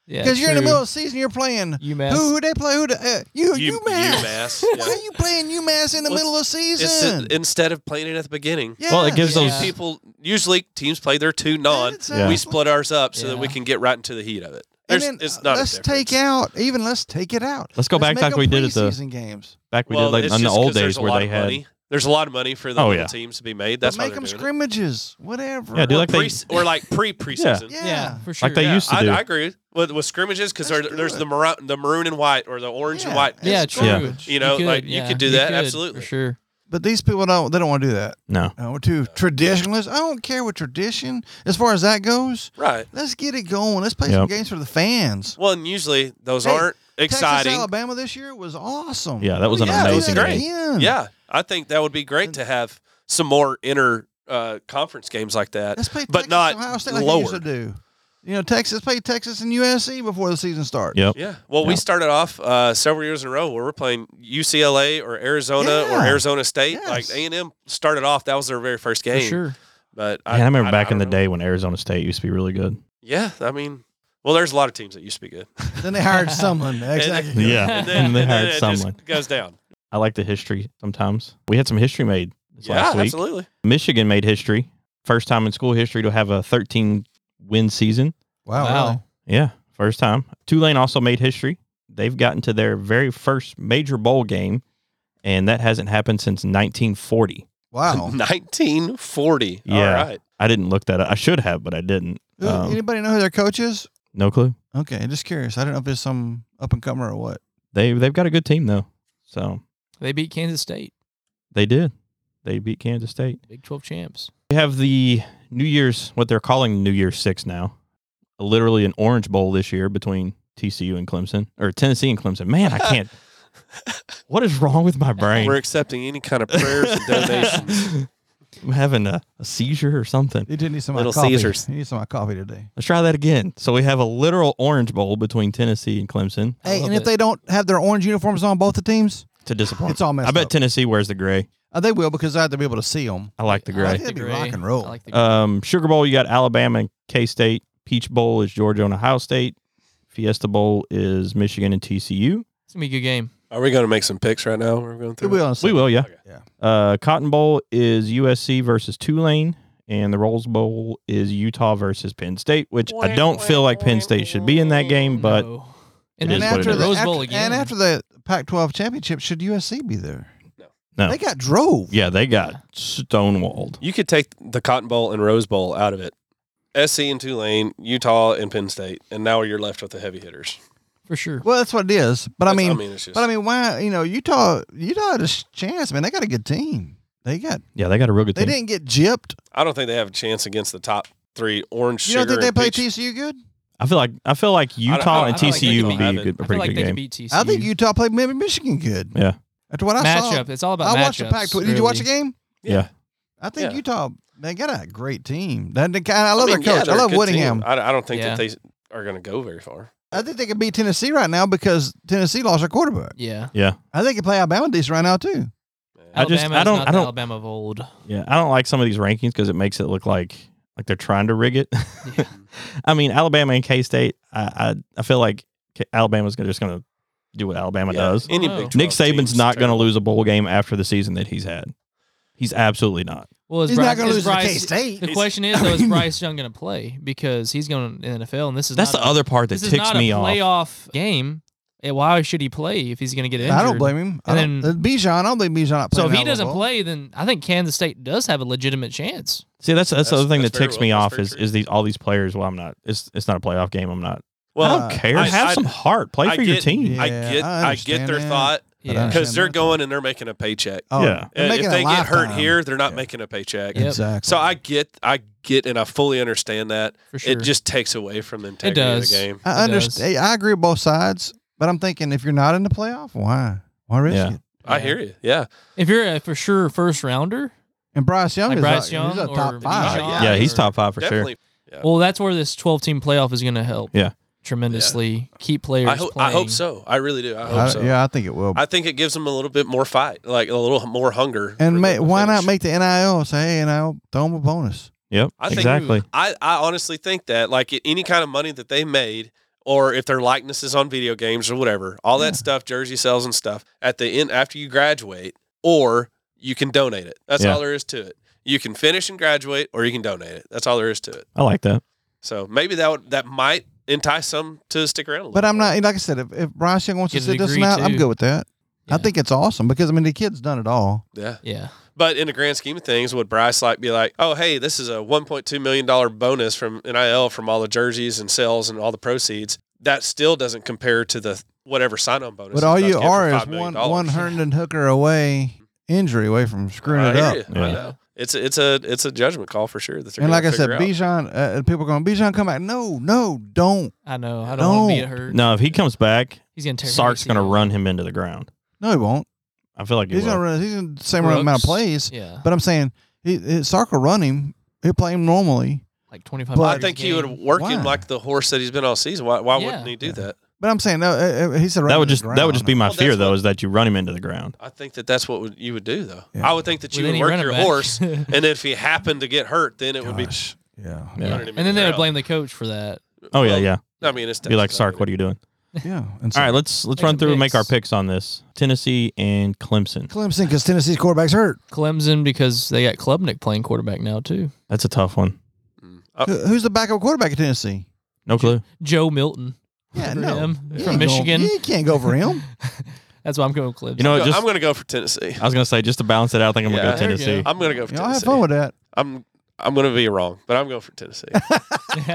Yeah.
because you're in the
true.
middle of the season. You're playing
UMass.
who? Who they play? Who? The, uh, you,
You-
UMass?
UMass,
Why
yeah.
are you playing UMass in the
Well,
middle of the
It's
season?
instead of playing it at the beginning.
yeah.
Well, it gives
Yeah.
those.
Yeah.
People usually teams play their two non.
Yeah.
We split ours up so that we
Yeah.
can get right into the heat of it.
And
There's,
then,
it's
uh,
not a
let's
difference.
take out even. Let's take it out.
Let's go
Let's
back
make
like
them
we did at the
preseason games.
back we did like
it's
on the
just
old
'cause there's
days
a
where
lot
they
of
had.
money. There's a lot of money for the
Oh,
little
yeah.
teams to be made.
That's
That's
but
why
make
they're
them
doing it.
scrimmages, whatever.
Yeah, do
Or
like they-
pre or like pre preseason.
yeah.
yeah. for sure.
Like they used to
I,
do.
I agree with with scrimmages because
Let's
there,
do
there's
it.
the maroon, the maroon and white or the orange and white.
Yeah,
it's
true.
garbage.
You know,
could,
like, you
yeah,
could do that,
could,
absolutely.
For sure.
But these people don't. They don't want to do that.
no.
Uh, we're too traditionalist. I don't care what tradition as far as that goes.
Right.
Let's get it going. Let's play some
Yep.
games for the fans.
Well, and usually those
Hey,
aren't exciting.
Texas, Alabama this year was awesome.
Yeah, that was an
yeah, it was
amazing
great.
game.
yeah, I think that would be great to have some more inter uh, conference games like that.
Let's play
But
Texas,
not
Ohio State like they used to
lowered.
do. You know, Texas play Texas and USC before the season starts.
Yep.
Yeah. Well, we
Yeah.
started off uh, several years in a row where we're playing UCLA or Arizona or
Yeah.
Arizona State.
Yes.
Like A and M started off. That was their very first
For
game.
sure.
But
Yeah, I, remember back in the
don't know.
day when Arizona State used to be really good.
Yeah, I mean, well, there's a lot of teams that used to be good.
Then they hired someone.
And-
Exactly.
Yeah.
and then,
And they
and then
hired
it just
someone.
goes down.
I like the history sometimes. We had some history made this
yeah,
last week.
absolutely.
Michigan made history. First time in school history to have a 13 win season.
Wow.
Wow.
really?
Yeah, first time. Tulane also made history. They've gotten to their very first major bowl game, and that hasn't happened since 1940.
Wow.
1940.
Yeah.
All right.
I didn't look that up. I should have, but I didn't.
Who-
Um,
Anybody know who their coach is?
no clue.
Okay, just curious. I don't know if it's some up and comer or what.
They they've got a good team though. So
They beat Kansas State,
they did. They beat Kansas State.
Big 12 champs.
We have the New Year's, what they're calling New Year's Six now, literally an Orange Bowl this year between TCU and Clemson or Tennessee and Clemson. Man, I can't. what is wrong with my brain?
We're accepting any kind of prayers and donations.
I'm having a, a seizure or something.
He did need some of my
Little
coffee.
Caesars.
He needs some of my coffee today.
Let's try that again. So we have a literal Orange Bowl between Tennessee and Clemson.
I
Hey,
love
and if
it.
they don't have their orange uniforms on, both the teams,
to disappoint.
It's all messed
I bet
up.
Tennessee wears the gray.
Uh, they will because I have to be able to see them.
I like the
I
gray.
like the
That'd be
gray.
rock and roll.
I like the gray.
Um, Sugar Bowl, you got Alabama and K State. Peach Bowl is Georgia and Ohio State. Fiesta Bowl is Michigan and TCU.
it's gonna be a good game.
Are we going to make some picks right now? We're going
We
through. it?
will. in a
We
second.
will, yeah.
Okay.
Yeah.
Uh, Cotton Bowl is USC versus Tulane, and the Rolls Bowl is Utah versus Penn State, which I don't feel like Penn State should be in that game, but
No.
It
and
is
then after
And
what it
after,
is.
the
the,
Rose Bowl
after-
again,
and after the Pac-12 championship, should USC be there?
no.
They got drove.
yeah, they got stonewalled.
You could take the Cotton Bowl and Rose Bowl out of it. SC and Tulane, Utah and Penn State, and now you're left with the heavy hitters.
for sure.
Well, that's what it is. But I
That's-
mean,
it's just,
but I mean, why? You know, Utah, Utah had a sh- chance, man. They got a good team. They got.
Yeah, they got a real good
They
team.
didn't get gypped.
I don't think they have a chance against the top three orange.
You don't
Sugar
think they
and
play
Peach-
TCU good?
I feel like I feel like
don't-
Utah
I
and
don't think they
TCU
can
would be a,
beat-
good, a
I
pretty
feel like
good
they
game.
could beat TCU.
I think Utah played maybe Michigan good.
Yeah.
After what I saw,
matchup. It's all about
I
matchups.
watched the Pac-12. Did you watch the
really.
game?
yeah,
I think
Yeah.
Utah. They got a great team. That and I love
mean,
their
yeah,
coach.
they're
I
a
love
good team.
Whittingham.
I, I don't think
Yeah.
that they are going to go very far.
I think they could beat Tennessee right now because Tennessee lost their quarterback.
Yeah.
yeah,
I think they play Alabama decent right now too.
I just-
Alabama
I
is
don't-
not
I
the
don't-
Alabama of old.
yeah. I don't like some of these rankings because it makes it look like like they're trying to rig it.
Yeah.
I mean, Alabama and K State. I, I I feel like K- Alabama's gonna, just going to do what Alabama
Yeah,
does.
Any
Wow.
Big 12
Nick Saban's
team's
not going to
terrible.
lose a bowl game after the season that he's had. He's absolutely not.
Well, is
He's
Bryce,
not going to
is
lose to
Bryce-
K State.
The
He's-
question is though, is Bryce Young going to play because he's going to the NFL, and this is
That's
not
the
a-
other part that
This is
ticks
not a
me
playoff
off.
game. And why should he play if he's going to get injured?
I don't blame him. I
And
don't, uh,
then-
Bijan, I don't think Bijan not
So if
playing
he
Alabama
doesn't
Bowl.
play, then I think Kansas State does have a legitimate chance.
See, that's that's, the
That's-
other thing that
that's very
ticks
well-
me
that's
off
very
is
true.
is these all these players. Well, I'm not. It's it's not a playoff game. I'm not.
Well,
I
Uh,
don't care.
I-
Have
I-
some heart. Play
I
for your
get-
team.
Yeah,
I get,
I
I, get
understand
their
that.
thought
I
Yeah.
understand
because they're
that.
going and they're making a paycheck.
Oh,
Yeah.
they're
Uh,
making
if
a
they get hurt
lifetime.
here, they're not making a paycheck.
Yep.
exactly.
So I get, I get, and I fully understand that.
For sure.
It just takes away from the integrity of
does.
the game.
I
It does.
understand. I agree with both sides, but I'm thinking if you're not in the playoff, why? Why risk
Yeah.
it?
I
Yeah.
hear you. Yeah,
if you're a for sure first rounder,
And Bryce Young
Like
is
Bryce
a,
Young
he's a
or
top five.
Bijan.
yeah, he's
or-
top five for
definitely.
well, that's where this 12 team playoff is going to help.
Yeah.
tremendously. Keep players.
I hope, I
playing.
hope so. I really do. I hope
I-
so.
Yeah, I think it will.
I think it gives them a little bit more fight, like a little more hunger. for
and ma-
them to
why not
finish.
make the NIL say, hey, NIL, throw him a bonus?
sure. Yep.
I think-
exactly.
I, I honestly think that like i- any kind of money that they made or if their likeness is on video games or whatever, all that stuff, jersey sales and stuff, at the end after you graduate, or you can donate it. That's
Yeah.
all there is to it. You can finish and graduate or you can donate it. That's all there is to it.
I like that.
So maybe that would, that might entice some to stick around a little
But I'm
more.
not, like I said, if, if Bryce Young wants
Get a
to sit this
degree,
one out, I'm
too.
good with that. I
Yeah.
think it's awesome because, I mean, the kid's done it all.
Yeah.
Yeah,
But in the grand scheme of things, would Bryce like be like, "Oh, hey, this is a 1.2 million dollar bonus from NIL from all the jerseys and sales and all the proceeds"? That still doesn't compare to the whatever sign-on bonus.
But
he's
all
about
you
to get for
are
$5
is
million
one
dollars.
one Herndon Hooker away injury away from screwing
I
it
hear
up.
you. I
Yeah.
know. It's a, it's a it's a judgment call for sure. That they're
And like
gonna
I said,
figure out.
Bijan, uh, people are going, Bijan, come back. No, no, don't.
I know. I don't, want to be
Don't.
hurt.
No, if he comes back,
he's going to tear. his
Sark's going to
ACL.
run him into the ground.
No, he won't.
I feel like he
he's going to
will.
run. He's in the same amount
Brooks.
of plays.
Yeah,
But I'm saying, he, he, Sark will run him. He'll play him normally.
like 25.
But-
I
yards a
think he
game.
would work
Why?
him like the horse that he's been all season. Why, why
Yeah.
wouldn't he do that?
But I'm saying, no, uh, uh, he said
That would just that would just be my
Well,
fear
Oh, that's
though
what-
is that you run him into the ground.
I think that that's what would, you would do though.
Yeah.
I would think that you
With
would
any
work
running
your
back.
horse, and if he happened to get hurt, then it would be.
Gosh, yeah.
Yeah.
running him
and then
into the
they would
ground.
blame the coach for that.
Oh yeah,
Well,
yeah.
I mean, it's
Be like
Texas, I
Sark,
mean,
what are you doing?
Yeah. And so
All right, let's let's
Make
run
some
through and make our
picks.
picks on this. Tennessee and Clemson.
Clemson, because Tennessee's quarterback's hurt.
Clemson because they got Klubnik playing quarterback now too.
That's a tough one.
Mm. Uh,
Who- Who's the backup quarterback at Tennessee?
No clue.
Joe Milton.
Yeah,
For
no.
him, from
You ain't going-
Michigan.
You can't go for him.
That's why I'm going with Clemson.
You know,
I'm go-
just
I'm going to go for Tennessee.
I was gonna say just to balance it out, I think I'm
Yeah.
gonna go
There
you
Tennessee.
go.
I'm going to go for
Y'all
Tennessee.
have fun with that.
I'm I'm gonna be wrong, but I'm going for Tennessee. like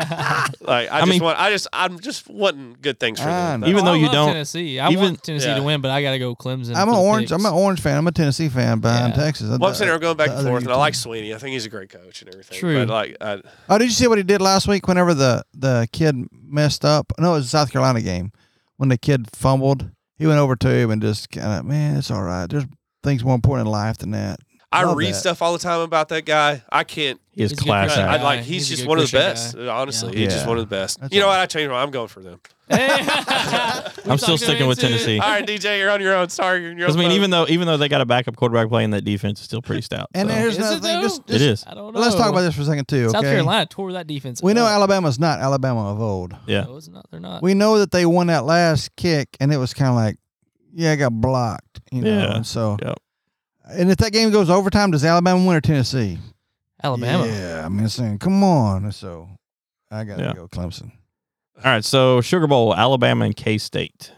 I, just
mean-
want I just I'm just wanting good things for
I
them.
know.
That's-
Even though
I
you
love
don't-
Tennessee. I
even-
want Tennessee
Yeah.
to win, but I got to go Clemson.
I'm
for the
an orange.
picks.
I'm an orange fan. I'm a Tennessee fan behind
Yeah.
Texas.
well, I'm saying we're going back
the
and
other
forth, and I
Utah.
like Sweeney. I think he's a great coach and everything.
True.
But like, I,
Oh, did you see what he did last week? Whenever the the kid messed up. No, it was a South Carolina game. When the kid fumbled, he went over to him and just kind of, man, it's all right. There's things more important in life than that.
I
Love
read
that.
stuff all the time about that guy. I can't.
He is
He's a good
class
That's
I,
guy.
act.
I like.
He's
He's,
a
just
good
one of the
Christian
best. Honestly,
Yeah.
he's just
Yeah.
one of the best.
That's
you know
all.
what? I changed my. I'm going for them.
I'm still sticking with Tennessee.
All right, DJ, you're on your own. Sorry, you're on your own.
Because I mean,
folks.
even though even though they got a backup quarterback playing, that defense is still pretty stout.
And
so.
here's
Is
another
it
thing.
though?
Just,
it
just-
is.
I don't know.
Let's talk about this for a second too.
South
okay?
Carolina Oh. tore that defense.
We know
up.
Alabama's not Alabama of old.
Yeah,
No, it's not. They're not.
We know that they won that last kick, and it was kind of like, yeah, I got blocked. You know,
Yeah.
and so.
Yep.
And if that game goes overtime, does Alabama win or Tennessee?
Alabama.
Yeah, I mean, it's saying, come on. So I gotta
Yeah.
go Clemson.
All right, so Sugar Bowl, Alabama and K State.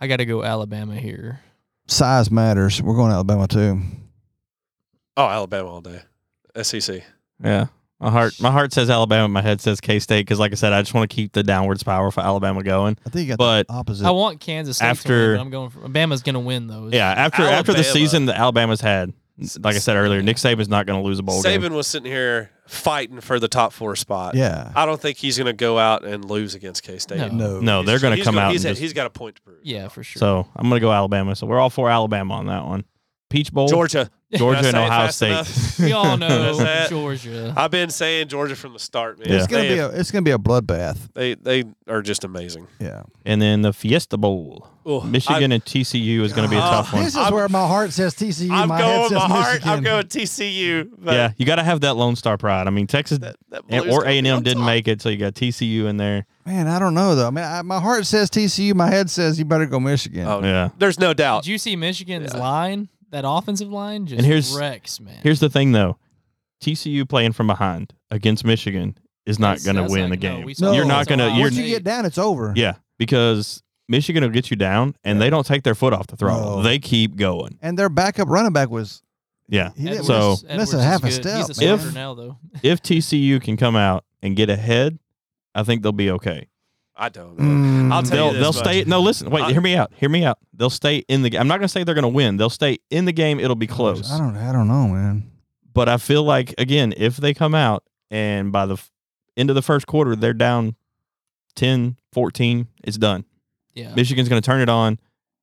I got to go Alabama here.
Size matters. We're going Alabama too.
oh, Alabama all day. E SEC.
Yeah, my heart my heart says Alabama, my head says K State because, like I said, I just want to keep the downward spiral for Alabama going.
I think you got
But
the opposite.
I want Kansas State
After-
to win, but I'm going for Bama's going to win though.
Yeah, after after the
Alabama.
season that Alabama's had, like I said earlier, Nick Saban's not going to lose a bowl game.
Saban was sitting here fighting for the top four spot.
yeah.
I don't think he's going to go out and lose against K State.
No.
no.
No, Oh, they're going to come out.
He's,
and just-
he's got a point to prove.
Yeah, for sure.
so I'm going to go Alabama. So we're all for Alabama on that one. Peach Bowl,
Georgia.
Georgia
Did I
and
say it
Ohio
fast
State.
enough?
we all know
Is that-
Georgia.
I've been saying Georgia from the start, man.
Yeah.
It's gonna
they,
be a it's gonna be a bloodbath.
they they are just amazing.
Yeah.
and then the Fiesta Bowl.
Oh,
Michigan and TCU is going to be a tough
Uh,
one.
This is
I'm-
where my heart says TCU.
I'm
my head
going
says
my heart.
Michigan.
I'm going TCU. But
Yeah, you got to have that Lone Star pride. I mean, Texas
that, that
and-
blue's
or
gonna
A
be
and
on
M didn't
top.
make it, so you got TCU in there.
Man, I don't know though. I mean, I, my heart says TCU. My head says you better go Michigan.
Oh,
Yeah.
There's no doubt.
Did you see Michigan's
Yeah.
line? That offensive line just
And here's-
wrecks, man.
Here's the thing, though: TCU playing from behind against Michigan is not
That's-
going to
that's
win
not-
the
no,
game.
we saw
you're
that.
not going to.
That's a
You're
Once you get down, it's over.
yeah, because Michigan will get you down, and they don't take their foot off the throttle.
No.
They keep going.
And their backup running back was
Yeah.
he didn't
Edwards-
So-
Edwards
miss a
is
half a
good.
step.
He's a
man.
starter now, though.
if TCU can come out and get ahead, I think they'll be okay.
I don't. know.
Mm.
I'll
They'll
tell you this
they'll
much.
stay. No, listen. Wait,
I-
hear me out. Hear me out. They'll stay in the. ga- I'm not going to say they're going to win. They'll stay in the game. It'll be close.
I don't. I don't know, man.
But I feel like again, if they come out and by the f- end of the first quarter they're down 10, 14, it's done.
Yeah,
Michigan's going to turn it on,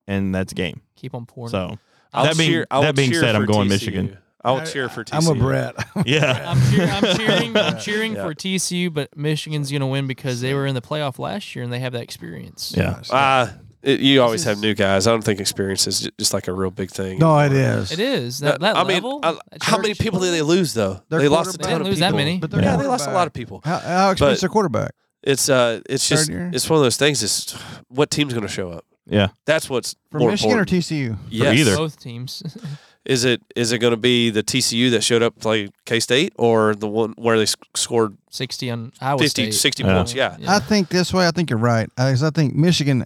and that's game.
keep on pouring.
So
I'll
That being-
cheer, I'll
that being
cheer
said, I'm
for
going
TCU.
Michigan.
I'll cheer for TCU.
I'm a brat.
yeah,
I'm, cheer, I'm cheering. I'm cheering
Yeah.
for TCU, but Michigan's going to win because they were in the playoff last year and they have that experience.
yeah.
Uh, it, you always
is-
have new guys. I don't think experience is ju- just like a real big thing.
no, it is.
It is that, that
I
level.
mean, I-
that
how many
church-
people did they lose though?
Their
they lost a
They
ton
didn't
of
lose
people.
that many.
But their
Yeah, they lost a
quarterback-
lot of people.
How, how expensive
But-
their quarterback?
It's uh, it's
Third
just
year?
it's one of those things. It's what team's going to show up.
Yeah.
That's what's
From
more
Michigan
important.
or TCU?
Yes.
either.
Both teams.
Is it is it going to be the TCU that showed up to play K State or the one where they sc- scored
60 on Iowa
50,
State.
60
Yeah.
points? Yeah,
I think this way. I think you're right. I, 'cause I think Michigan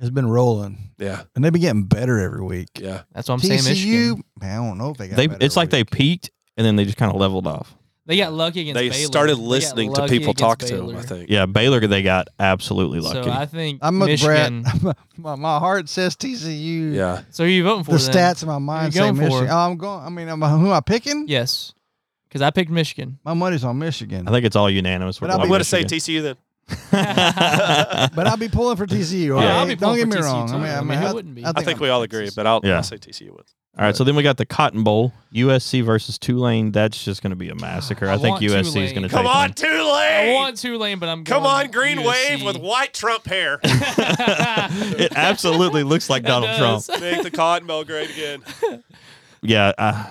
has been rolling,
yeah,
and they've been getting better every week.
yeah.
That's what I'm saying. Michigan.
TCU, man, I don't know if they got.
They
better
it's like
every
they
week.
peaked and then they just kind of leveled off.
They got lucky against
They
Baylor.
started
got
listening to
lucky
people
against
talk to
Baylor.
them. I think.
Yeah, Baylor they got absolutely lucky.
So I think
I'm with
Michigan.
Brad. my, my heart says TCU.
yeah.
So who you voting for
The
then?
stats in my
you
mind say
going for?
Michigan. Oh, I'm going. I mean, I'm, who am I picking?
Yes, because I picked Michigan.
My money's on Michigan.
I think it's all unanimous. We're
But I'm
I'm
going
going to say TCU then.
but I'll be pulling for TCU.
Yeah,
okay?
I'll be
Don't
pulling
get
for
me
TCU
wrong.
too.
I mean, I,
I
mean,
mean,
I,
who wouldn't be?
I think we all agree, but I'll,
Yeah.
I'll say TCU wins.
All right, so then we got the Cotton Bowl, USC versus Tulane. That's just going to be a massacre. I,
I
think
want
USC is
Tulane.
going to
Come
take
on,
them.
I
Tulane!
want Tulane, but I'm
Come
going
on, Green
USC.
Wave with white Trump hair.
It absolutely looks like Donald Trump.
does.
Make the Cotton Bowl great again.
Yeah, I,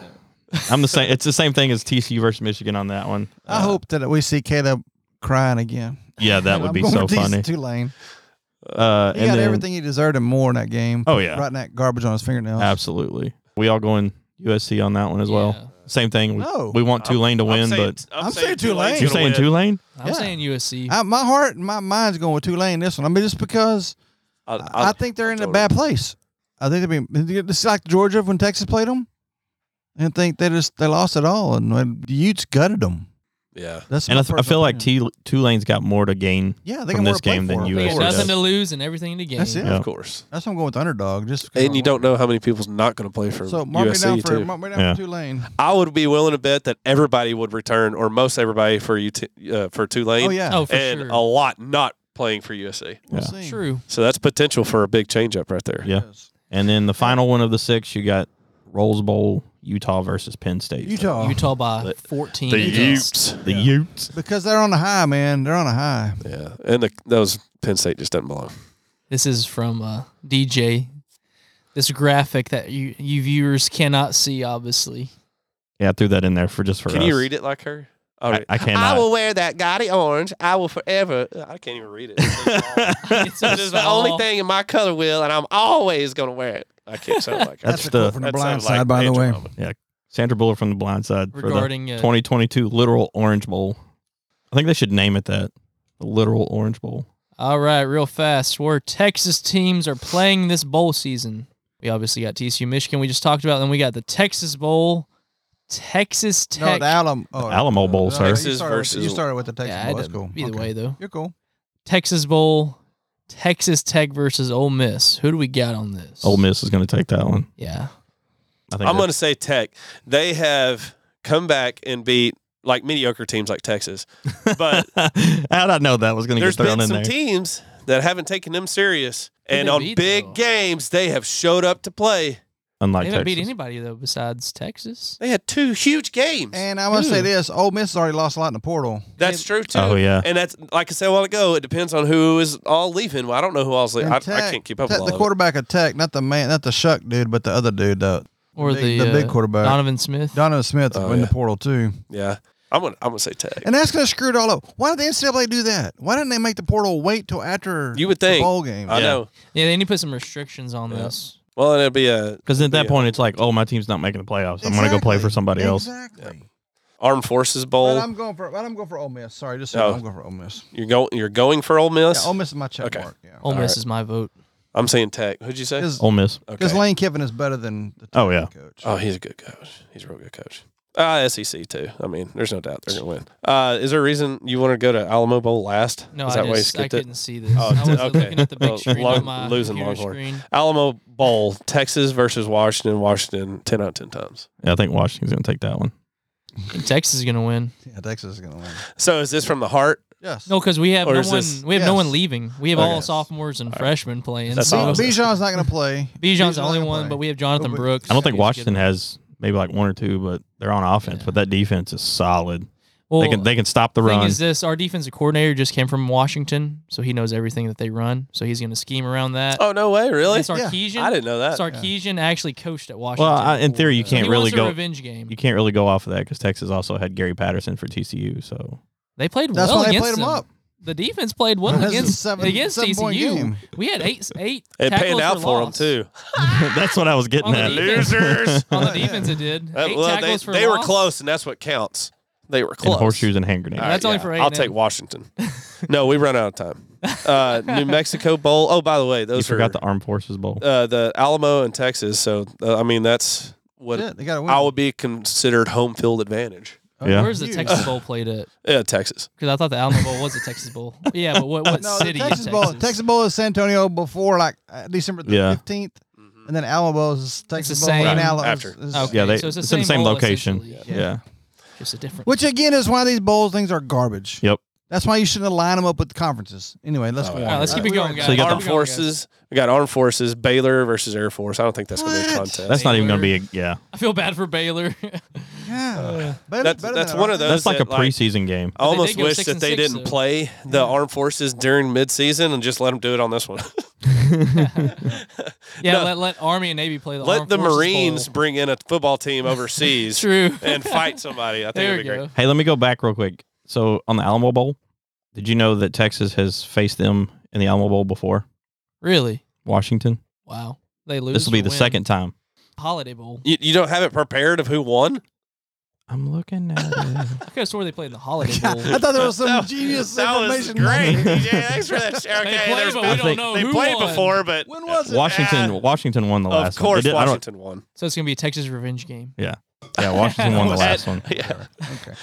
I'm the same. It's the same thing as TCU versus Michigan on that one.
I hope that we see Caleb crying again.
Yeah, that would
I'm
be
going
so
with
funny.
Tulane.
Uh,
He
and
got
then-
everything he deserved and more in that game.
Oh yeah,
Right in that garbage on his fingernails.
absolutely. We all going USC on that one as well. Same thing. We,
No.
we want Tulane to win, but
I'm saying Tulane.
you're saying Tulane?
I'm
Yeah.
saying USC.
I, my heart and my mind's going with Tulane this one. I mean, just because
I,
I, think they're in a bad place. I think they've been. It's like Georgia when Texas played them, and think they just they lost it all, and when the Utes gutted them.
Yeah.
That's
And
my
I, th- I
personal
feel like
opinion.
T- Tulane's got more to gain.
yeah, they
from
got more
this
to play
game than
for.
They
USC
got
course.
nothing to lose and everything to gain.
That's it.
Yeah.
Of course.
That's why I'm going with the underdog. Just 'cause I
And you
want-
don't know how many people's not going to play for
So mark me down
USC
for
too.
mark me down
Yeah.
for Tulane.
I would be willing to bet that everybody would return, or most everybody for UT, uh, for Tulane.
Oh yeah,
Oh, for
and
sure.
a lot not playing for USC.
We'll
Yeah.
see.
True.
So that's potential for a big changeup right there.
Yeah.
Yes.
And then the final one of the six, you got Rolls Bowl, Utah versus Penn State.
Utah,
Utah by
But
14.
The
against-
Utes.
The Utes.
because they're on a high, man. They're on a high.
Yeah. And the, those Penn State just doesn't belong.
This is from uh, DJ. This graphic that you, you viewers cannot see, obviously.
Yeah, I threw that in there for just for
Can
us.
you read it like her? I'll
I-
read-
I cannot.
will wear that gaudy orange. I will forever. I can't even read it.
It's so
This is the only
small.
thing in my color wheel, and I'm always gonna wear it. I can't sound like her.
That's the-
That sounded
side,
like
by the way.
Angela Bobbitt.
Sandra Buller from the Blind Side for the
regarding uh,
2022 Literal Orange Bowl. I think they should name it that. The Literal Orange Bowl.
All right, real fast. Where Texas teams are playing this bowl season. We obviously got TCU Michigan, we just talked about. Then we got the Texas Bowl, Texas
No,
Tech.
the Alamo. Oh,
Alamo Bowl,
no,
sir.
You
Texas
started, with, you
versus-
started with the Texas
yeah,
Bowl.
it
That's
doesn't-
cool.
Either
Okay.
way, though.
You're cool.
Texas Bowl, Texas Tech versus Ole Miss. Who do we got on this?
Ole Miss is going to take that one.
Yeah.
I think
I'm
that-
gonna say Tech. They have come back and beat like mediocre teams like Texas, but
uh,
How'd I know that was going to get
there's
thrown
been
in
some
there?
teams that haven't taken them serious,
Who'd
and
they
on
beat,
big
though?
games they have showed up to play.
Unlike
They haven't
Texas.
beat anybody, though, besides Texas.
They had two huge games.
And I must say
Ooh.
this: Ole Miss has already lost a lot in the portal.
that's true too.
Oh, yeah.
and that's like I said a while ago. It depends on who is all leaving. Well, I don't know who all's leaving.
And
I, I
Tech-
can't keep up
Tech,
with all
the
of it.
quarterback of Tech, not the man, not the Shuck dude, but the other dude, the
Or
big-
the,
the big
uh,
quarterback.
Donovan Smith.
Donovan Smith,
Oh,
in
yeah.
the portal too.
Yeah, I'm gonna I'm gonna say Tech.
And that's gonna screw it all up. Why did the NCAA do that? Why didn't they make the portal wait till after
You would
the
think.
bowl game?
I
Yeah.
know.
yeah, they need to put some restrictions on
Yeah.
this.
Well, and it'd be a
Because at that
Yeah.
point, it's like, oh, my team's not making the playoffs. I'm going to go play for
Exactly.
somebody else.
Exactly.
Armed Forces Bowl.
Oh.
But I'm going for. But I'm going for Ole Miss. Sorry, just so
Oh.
I'm going for Ole Miss.
You're going. You're going for Ole
Yeah,
Miss.
Ole Miss is my check
Okay.
mark. Yeah.
Ole
All
Miss
right.
is my vote.
I'm saying Tech. Who'd you say?
Because
Ole Miss.
okay.
Lane Kiffin is better than the
Oh, yeah.
Tech coach.
Oh, he's a good coach. He's a real good coach. Uh, SEC too. I mean, there's no doubt they're gonna win. Uh, is there a reason you want to go to Alamo Bowl last?
No,
is
I
that why you
just I
skipped it?
couldn't see this.
Oh,
I was
d-
uh,
okay.
looking at the big
Well,
screen
long-
on my
losing
computer
Longhorn.
screen.
Alamo Bowl, Texas versus Washington. Washington, ten out of ten times.
Yeah, I think Washington's going to take that one.
I think Texas is gonna win.
Yeah, Texas is gonna win.
So is this from the heart?
Yes.
No, because we have
Or
no
is
one.
this-
We have no one
Yes.
leaving. We have all
Okay.
sophomores and freshmen playing.
That's
so
all.
B- Bijan's not gonna play.
Bijan's
Bijan's
the only
not
one,
playing.
but we have Jonathan
Nobody-
Brooks.
I don't think
who's
Washington
good.
has maybe like one or two, but they're on offense.
Yeah.
But that defense is solid.
Well,
they can they can stop the
thing
run.
is this: our defensive coordinator just came from Washington, so he knows everything that they run. So he's gonna scheme around that.
Oh no way! Really?
And Sarkeesian.
I didn't know that.
Sarkeesian actually coached at Washington.
well, I, in theory, you
So he
can't really
wants a
go.
revenge game.
You can't really go off of that because Texas also had Gary Patterson for TCU. So
They played
That's
well
why they
against
played him
them.
up.
The defense played well
That's a
against
seven-
against
seven-point
TCU.
game.
We had eight eight.
It
tackles
panned out for
loss.
them too.
that's what I was
On
getting
the
at.
defense.
Losers.
On the
Oh, yeah.
defense, it did.
Uh,
eight
well, they,
tackles for
they were
loss.
close, and that's what counts. They were
And
close.
horseshoes and hand grenades.
All
That's only for
I'll
A&M.
take Washington. no, we run out of time. Uh, New Mexico Bowl. Oh, by the way,
You
those are
forgot the Armed Forces Bowl.
uh, the Alamo and Texas. So uh, I mean, that's what
Yeah, they gotta win.
I would be considered home field advantage.
Oh,
Yeah.
Where's the
huge.
Texas Bowl played at?
Yeah, Texas.
Because I thought the Alamo Bowl was the Texas Bowl. Yeah, but what, what
No, the
city?
Texas
is
Bowl.
Texas?
Texas Bowl is San Antonio before like uh, December
Yeah.
fifteenth, and then Alamo Bowl is Texas Bowl
Mm-hmm. same
and Alamo
after.
Okay,
Yeah, they-
so it's, the
it's
same
in the same
bowl,
location.
essentially.
yeah.
just a different.
Which again is why these bowls things are garbage.
Yep.
That's why you shouldn't align them up with conferences. Anyway, let's
Oh,
go.
yeah.
on.
All right, let's
keep it
we
going,
already-
guys.
So you got
Armed
the-
forces. We got armed forces. Baylor versus Air Force. I don't think that's going to be a
What?
contest.
That's not even going to be a yeah.
I feel bad for Baylor.
Yeah. Better-
Uh, that's,
better
that's
than
one of
that,
those.
aren't
That's like a
that,
preseason game.
I almost
did go
wish
six
that
and
they
six,
didn't
though.
play the armed forces during midseason and just let them do it on this one.
yeah,
No.
let, let Army and Navy play the.
let
Armed
the
Forces
Marines
Bowl.
bring in a football team overseas
True.
and fight somebody. I think
there
it'd
we
be
go.
great.
Hey, let me go back real quick. So on the Alamo Bowl, did you know that Texas has faced them in the Alamo Bowl before?
Really?
Washington.
Wow. They lose.
This will be
or
the
win.
second time.
Holiday Bowl.
You, you don't have it prepared of who won?
I'm looking at it.
I could have swore they played in the Holiday
God,
Bowl.
I thought there was some
That-
genius
That was
information.
great. DJ, thanks for that. share.
They
Okay,
played,
there's
but
been-
we
I
don't
think
know
They
who
played
won.
before, but
When was it?
Washington.
Yeah.
Washington won the
of
last. one. They
course
did- I don't-
Washington won.
So it's gonna be a Texas revenge game.
Yeah, Washington won the last one.
Yeah.
Okay.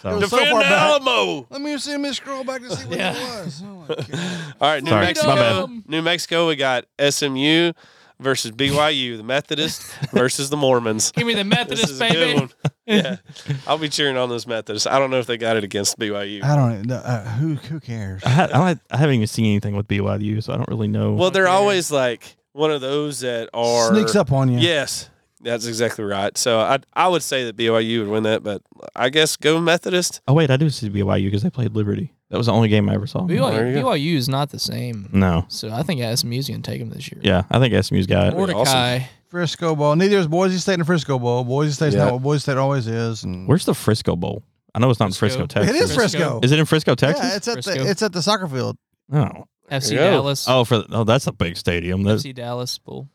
So-
It was so
Defend
far
the
back.
Alamo.
Let me see. Let me scroll back to see what
Yeah.
it was. Oh my God.
All right, New
Sorry, my
Mexico.
bad.
New Mexico. We got SMU versus BYU, the Methodist versus the Mormons.
Give me the
This
Methodist
is a good
baby.
one. Yeah, I'll be cheering on those Methodists. I don't know if they got it against BYU.
I don't even know. Uh, who who cares?
I, had- I, had- I haven't even seen anything with BYU, so I don't really know.
Well, they're
Okay.
always like one of those that are
Sneaks up on you.
Yes, that's exactly right. So I I would say that BYU would win that, but I guess go Methodist.
oh wait, I do see BYU because they played Liberty. That was the only game I ever saw.
there
BYU,
you go.
BYU is not the
Mm.
same.
No.
So I think SMU's going to take them this year.
Yeah, I think SMU's got it.
That'd be awesome.
Mordecai.
Frisco Bowl. Neither is Boise State and Frisco Bowl. Boise State's
Yeah.
not what Boise State always is. And
Where's the Frisco Bowl? I know it's not in Frisco,
Frisco.
it
Texas.
is Frisco.
Frisco.
Is it in Frisco, Texas?
Yeah, it's at
Frisco.
the it's at the soccer field.
oh.
FC
There you go.
Dallas.
Oh, for oh, that's a big stadium. That's,
FC Dallas. Bull.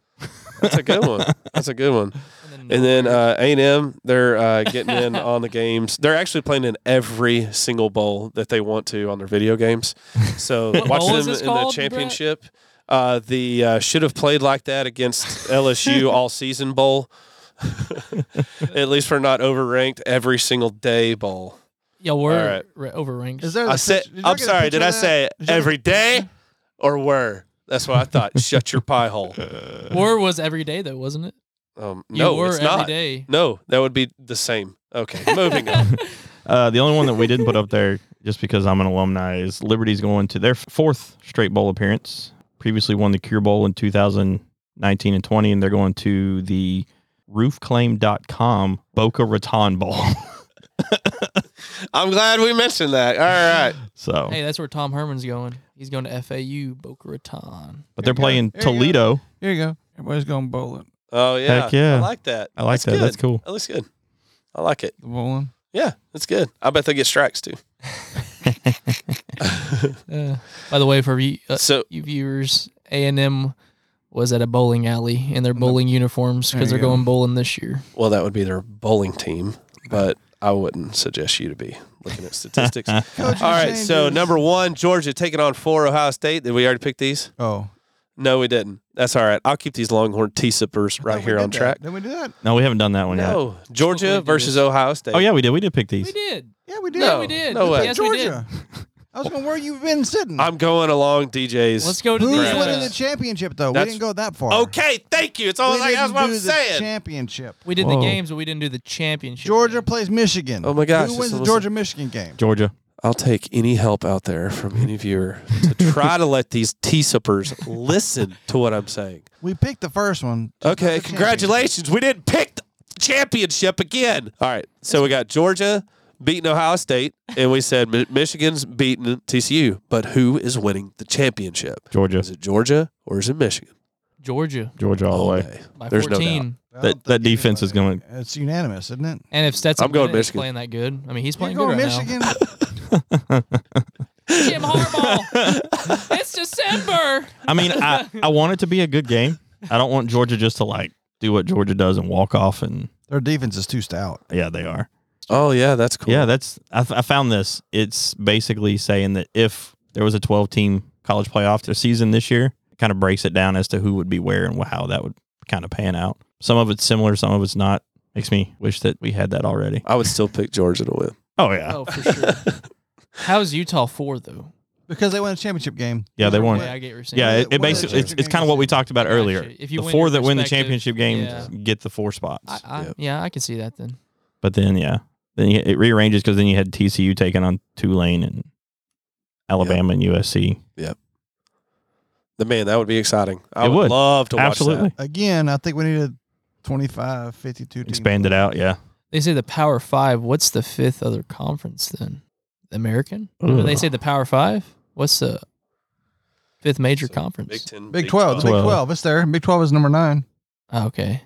That's a good one. That's a good one.
And
And then uh, A&M, they're uh, getting in on the games. They're actually playing in every single bowl that they want to on their video games. So
What
watch
bowl
them
is
in
this called,
the
Brett?
championship. Uh, the uh, should have played like that against LSU all season bowl. At least for not overranked every single day bowl.
yeah, we're
All right.
ra- overranked.
Is there?
I
a
said,
picture- did y'all
I'm
get a
sorry,
picture
did I
of that?
say
Did y'all get-
every day or were? That's what I thought. Shut your pie hole.
uh,
War was every day though, wasn't it?
Um,
You
no,
were
it's
every
not.
day.
No, that would be the same. Okay, moving on.
Uh, the only one that we didn't put up there, just because I'm an alumni, is Liberty's going to their fourth straight bowl appearance. Previously won the Cure Bowl in 2019 and 20, and they're going to the roofclaim.com Boca Raton Bowl.
I'm glad we mentioned that. All right.
so,
Hey, that's where Tom Herman's going. He's going to FAU Boca Raton.
but they're
There you go.
playing
There you go.
Toledo.
Here you go. Everybody's going bowling.
Oh yeah.
Heck yeah.
I like that.
I like that.
Good.
That's cool.
That looks good. I like it.
The bowling.
Yeah, that's good. I bet they get strikes too.
Uh, by the way, for you, uh,
So
you viewers, A and M was at a bowling alley in their bowling uniforms
There
because they're
you go.
going bowling this year.
well, that would be their bowling team, but I wouldn't suggest you to be looking at statistics. All
Coach, you're
right.
saying
So
this-
number one, Georgia taking on four Ohio State. Did we already pick these?
Oh,
No, we didn't. That's all right. I'll keep these Longhorn tea sippers right
we
here
did
on
that.
track.
Did we do that?
No, we haven't done that one yet.
No, Georgia
Totally
versus Ohio State.
Oh, yeah, we did. We did pick these.
We did.
Yeah, we did. Oh,
No,
we did.
no way.
Yes, we did.
Georgia. I was going. Where you been sitting?
I'm going along DJ's.
Let's go to
Who's
the.
Correct.
winning
uh,
the championship though? We
That's-
didn't go that far.
Okay, thank you. It's all
We
like that's
didn't
what
do
I'm
the
saying.
Championship.
we did the
Whoa.
games, but we didn't do the championship.
Georgia
game.
plays Michigan.
Oh my gosh,
Who
just
wins the
listen.
Georgia Michigan game?
Georgia.
I'll take any help out there from any viewer to try to let these tea suppers listen to what I'm saying.
We picked the first one.
Okay, congratulations. We didn't pick the championship again. All right, so we got Georgia beating Ohio State, and we said Mi- Michigan's beating TCU. But who is winning the championship?
Georgia.
Is it Georgia or is it Michigan?
Georgia
Georgia all the way.
Okay.
by
There's no doubt.
fourteen.
I don't
That-
think
that defense is
anybody-
gonna-
It's unanimous, isn't it?
And if Stetson
I'm going
Bennett is
Michigan.
playing that good, I mean he's
You're
playing
going
good right
Michigan.
now. Jim Harbaugh. it's December.
I mean, I, I want it to be a good game. I don't want Georgia just to like do what Georgia does and walk off. And
Their defense is too stout.
yeah, they are.
Oh, yeah, that's cool.
Yeah, that's I, f- I found this. It's basically saying that if there was a 12 team college playoff to season this year, it kind of breaks it down as to who would be where and wh- how that would kind of pan out. Some of it's similar, some of it's not. Makes me wish that we had that already.
I would still pick Georgia to win.
Oh yeah,
Oh, for sure. How's Utah four though?
Because they won a championship game.
yeah, they
Wait,
won.
Yeah,
Yeah,
I get what you're saying.
it, it
What are the
basically it's,
championship
it's kind of what
games?
we talked about
I got
earlier.
you. If you
the
win
four
your
that win the
perspective,
championship game
yeah.
get the four spots.
I, I,
Yep.
Yeah, I can see that then.
But then, yeah, then you, it rearranges because then you had TCU taking on Tulane and Alabama and USC.
The man, that would be exciting. I
It
would,
would.
love to watch
Absolutely
Again, I think we need a 25, 52 team.
expand it out. Yeah,
They say the Power Five. What's the fifth other conference then? The American? Or they
Ugh.
say the Power Five? What's the fifth major
So,
conference?
that. Big Ten,
Big 12, The Big
12.
12. It's there. Big 12 is number nine
Oh, okay.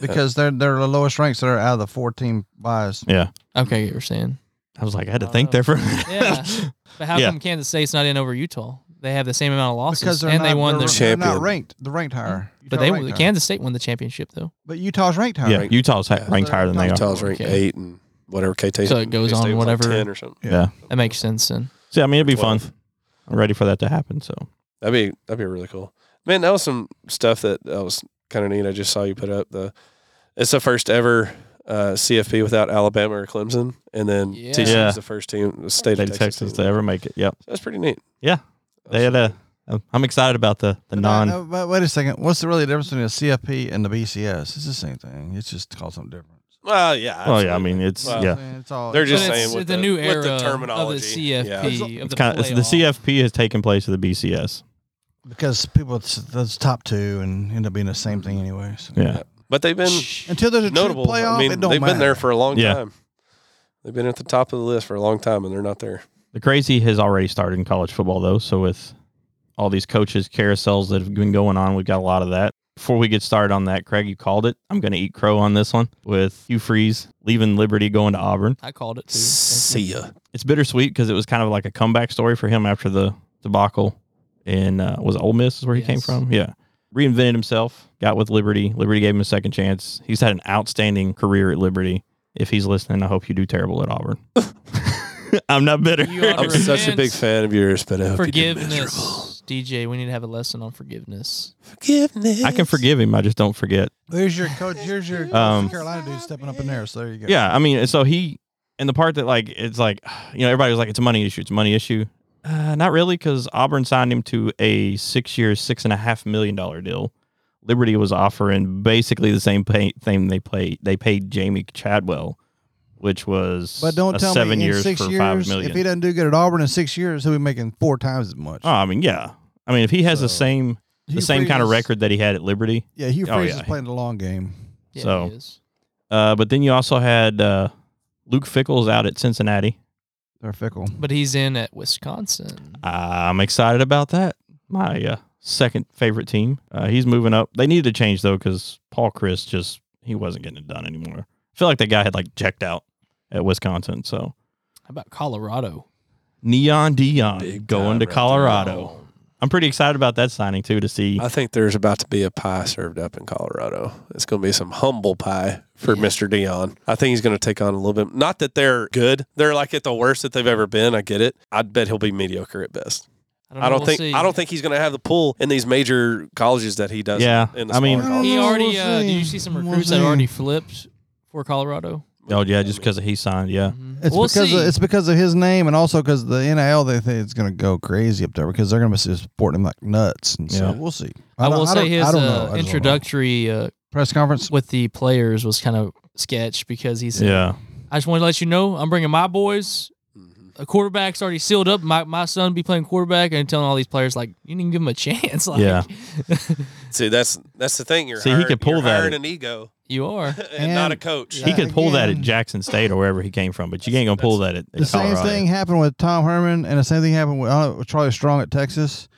because they're they're the lowest ranks that are out of the four team buys.
yeah.
Okay, I get what you're saying.
I was like, I had to think there for.
Oh. Yeah. But how
Yeah.
come Kansas State's not in over Utah? They have the same amount of losses
Because they're
and
not,
they won
they're,
their
they're not
Champion.
ranked. They're ranked higher.
But
Utah
they
ranked higher.
Kansas State won the championship though.
But Utah's ranked higher.
yeah, Utah's ha-
Yeah.
ranked higher than they are.
Utah's ranked
Okay.
eight and whatever KT.
So it goes on
K-State was like
whatever-
10 or something.
Yeah.
That makes sense then.
See, I mean, it'd be fun.
Twelve.
I'm ready for that to happen. So
That'd be that'd be really cool. Man, that was some stuff that, that was kind of neat. I just saw you put up the. It's the first ever uh, CFP without Alabama or Clemson, and then
Yeah.
TCU's
Yeah.
the first team, the state,
they
of Texas.
Texas
team.
to ever make it. Yep.
That's pretty neat.
Yeah. They had a. I'm excited about the the
But
non.
no, but wait a second. What's the really difference between a CFP and the BCS? It's the same thing. It's just called something different.
Well, yeah.
Well, Oh, yeah. I
absolutely.
mean, it's
Well,
yeah.
It's all
They're just
But it's
saying with
the, new
with
era
the
of
terminology.
the
Yeah.
CFP of
It's
the
kind of it's the
playoff.
CFP has taken place of the BCS.
because people it's those top two and end up being the same thing anyway. So.
Yeah.
But they've been
Until there's a
notable.
true playoff,
I mean,
it don't
they've
matter.
been there for a long
Yeah.
time. They've been at the top of the list for a long time, and they're not there.
The crazy has already started in college football, though. So with all these coaches carousels that have been going on, we've got a lot of that. Before we get started on that, Craig, you called it. I'm going to eat crow on this one with Hugh Freeze leaving Liberty, going to Auburn.
I called it too.
See ya.
It's bittersweet because it was kind of like a comeback story for him after the debacle. And uh, was it Ole Miss is where he came
Yes.
from? Yeah. Reinvented himself, got with Liberty. Liberty gave him a second chance. He's had an outstanding career at Liberty. If he's listening, I hope you do terrible at Auburn. I'm not bitter.
You ought to
I'm such a big fan of yours, but I hope you did miserable.
Forgiveness, DJ. We need to have a lesson on forgiveness.
Forgiveness.
I can forgive him. I just don't forget.
There's your coach. Here's your
Um,
North Carolina dude stepping up in there. So there you go.
Yeah, I mean, so he and the part that like it's like you know everybody was like it's a money issue, it's a money issue. Uh, not really, because Auburn signed him to a six-year, six and a half million dollar deal. Liberty was offering basically the same pay thing they paid they paid Jamie Chadwell, which was
But don't
a
tell
seven
me in
years
six
for
years,
five million.
if he doesn't do good at Auburn in six years, he'll be making four times as much.
oh, I mean, yeah, I mean if he has the
So,
same the
Hugh
same kind of
Freeze-
record that he had at Liberty,
Yeah, Hugh
Oh,
Freeze
yeah.
is playing the long game.
Yeah,
So-
it is.
uh, but then you also had uh, Luke Fickles out at Cincinnati.
They're fickle.
But he's in at Wisconsin.
Uh, I'm excited about that. My uh, second favorite team. Uh, he's moving up. They needed to change though because Paul Chris just he wasn't getting it done anymore. I feel like that guy had like checked out at Wisconsin. So
How about Colorado?
Neon Dion
Big time
going to
right
Colorado. I'm pretty excited about that signing too to see.
I think there's about to be a pie served up in Colorado. It's going to be some humble pie for
Yeah.
Mr. Dion. I think he's going to take on a little bit. Not that they're good. They're like at the worst that they've ever been. I get it. I bet he'll be mediocre at best.
know,
I don't
Mm, we'll
think
see.
I don't think he's going to have the pull in these major colleges that he does.
Yeah,
in the
I mean-
smaller
I don't
He
colleges.
know,
already.
we'll
uh, did you
see.
see some
We'll
recruits that
see.
already flipped for Colorado?
oh yeah, just because he signed. Yeah,
Mm-hmm.
Mhm.
It's
we'll
because
see.
Of, it's because of his name, and also because the NIL they think it's going to go crazy up there because they're going to be supporting him like nuts. And so
Yeah.
we'll see.
I,
don't-
will
don't-
say his
I don't know. I
uh,
just don't know.
introductory uh,
press conference.
with the players was kind of sketch because he said,
yeah.
"I just want to let you know I'm bringing my boys.
Mhm.
A quarterback's already sealed up. My my son be playing quarterback and telling all these players like you didn't give him a chance. Like,
Yeah.
See, that's that's the thing. You're
See, he
hiring-
could pull
you're
that
hiring
at-
an ego
you are.
and,
And-
not a coach.
He could pull that at
Again.
Jackson State or wherever he came from, but you ain't gonna pull that at, at
The same
Colorado.
thing happened with Tom Herman, and the same thing happened with, I don't know, with Charlie Strong at Texas.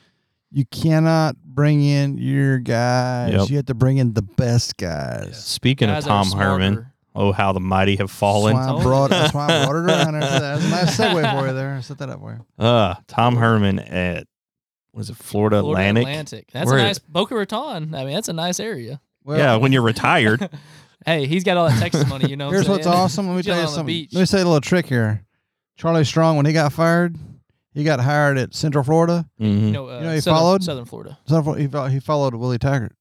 You cannot bring in your guys.
Yep.
You have to bring in the best guys.
Speaking
Guys
of
that are
Tom Herman,
smarter.
oh how the mighty have fallen.
That's why I brought, that's why I brought it around. there. That's a nice segue for you there. I set that up for you.
Uh, Tom Herman at what is it, Florida,
Florida
Atlantic?
That's
Where-
a nice Boca Raton. I mean, that's a nice area.
Well,
yeah, when you're retired.
Hey, he's got all that Texas money, you know. what I'm
Here's what's
saying?
awesome. Let me
Chilling
tell you
on the
something.
beach.
Let me say a little trick here. Charlie Strong, when he got fired, he got hired at Central Florida.
You
Mhm.
know, uh,
You know, he
Southern,
followed?
Southern Florida.
Central, he, fol- he followed Willie Taggart.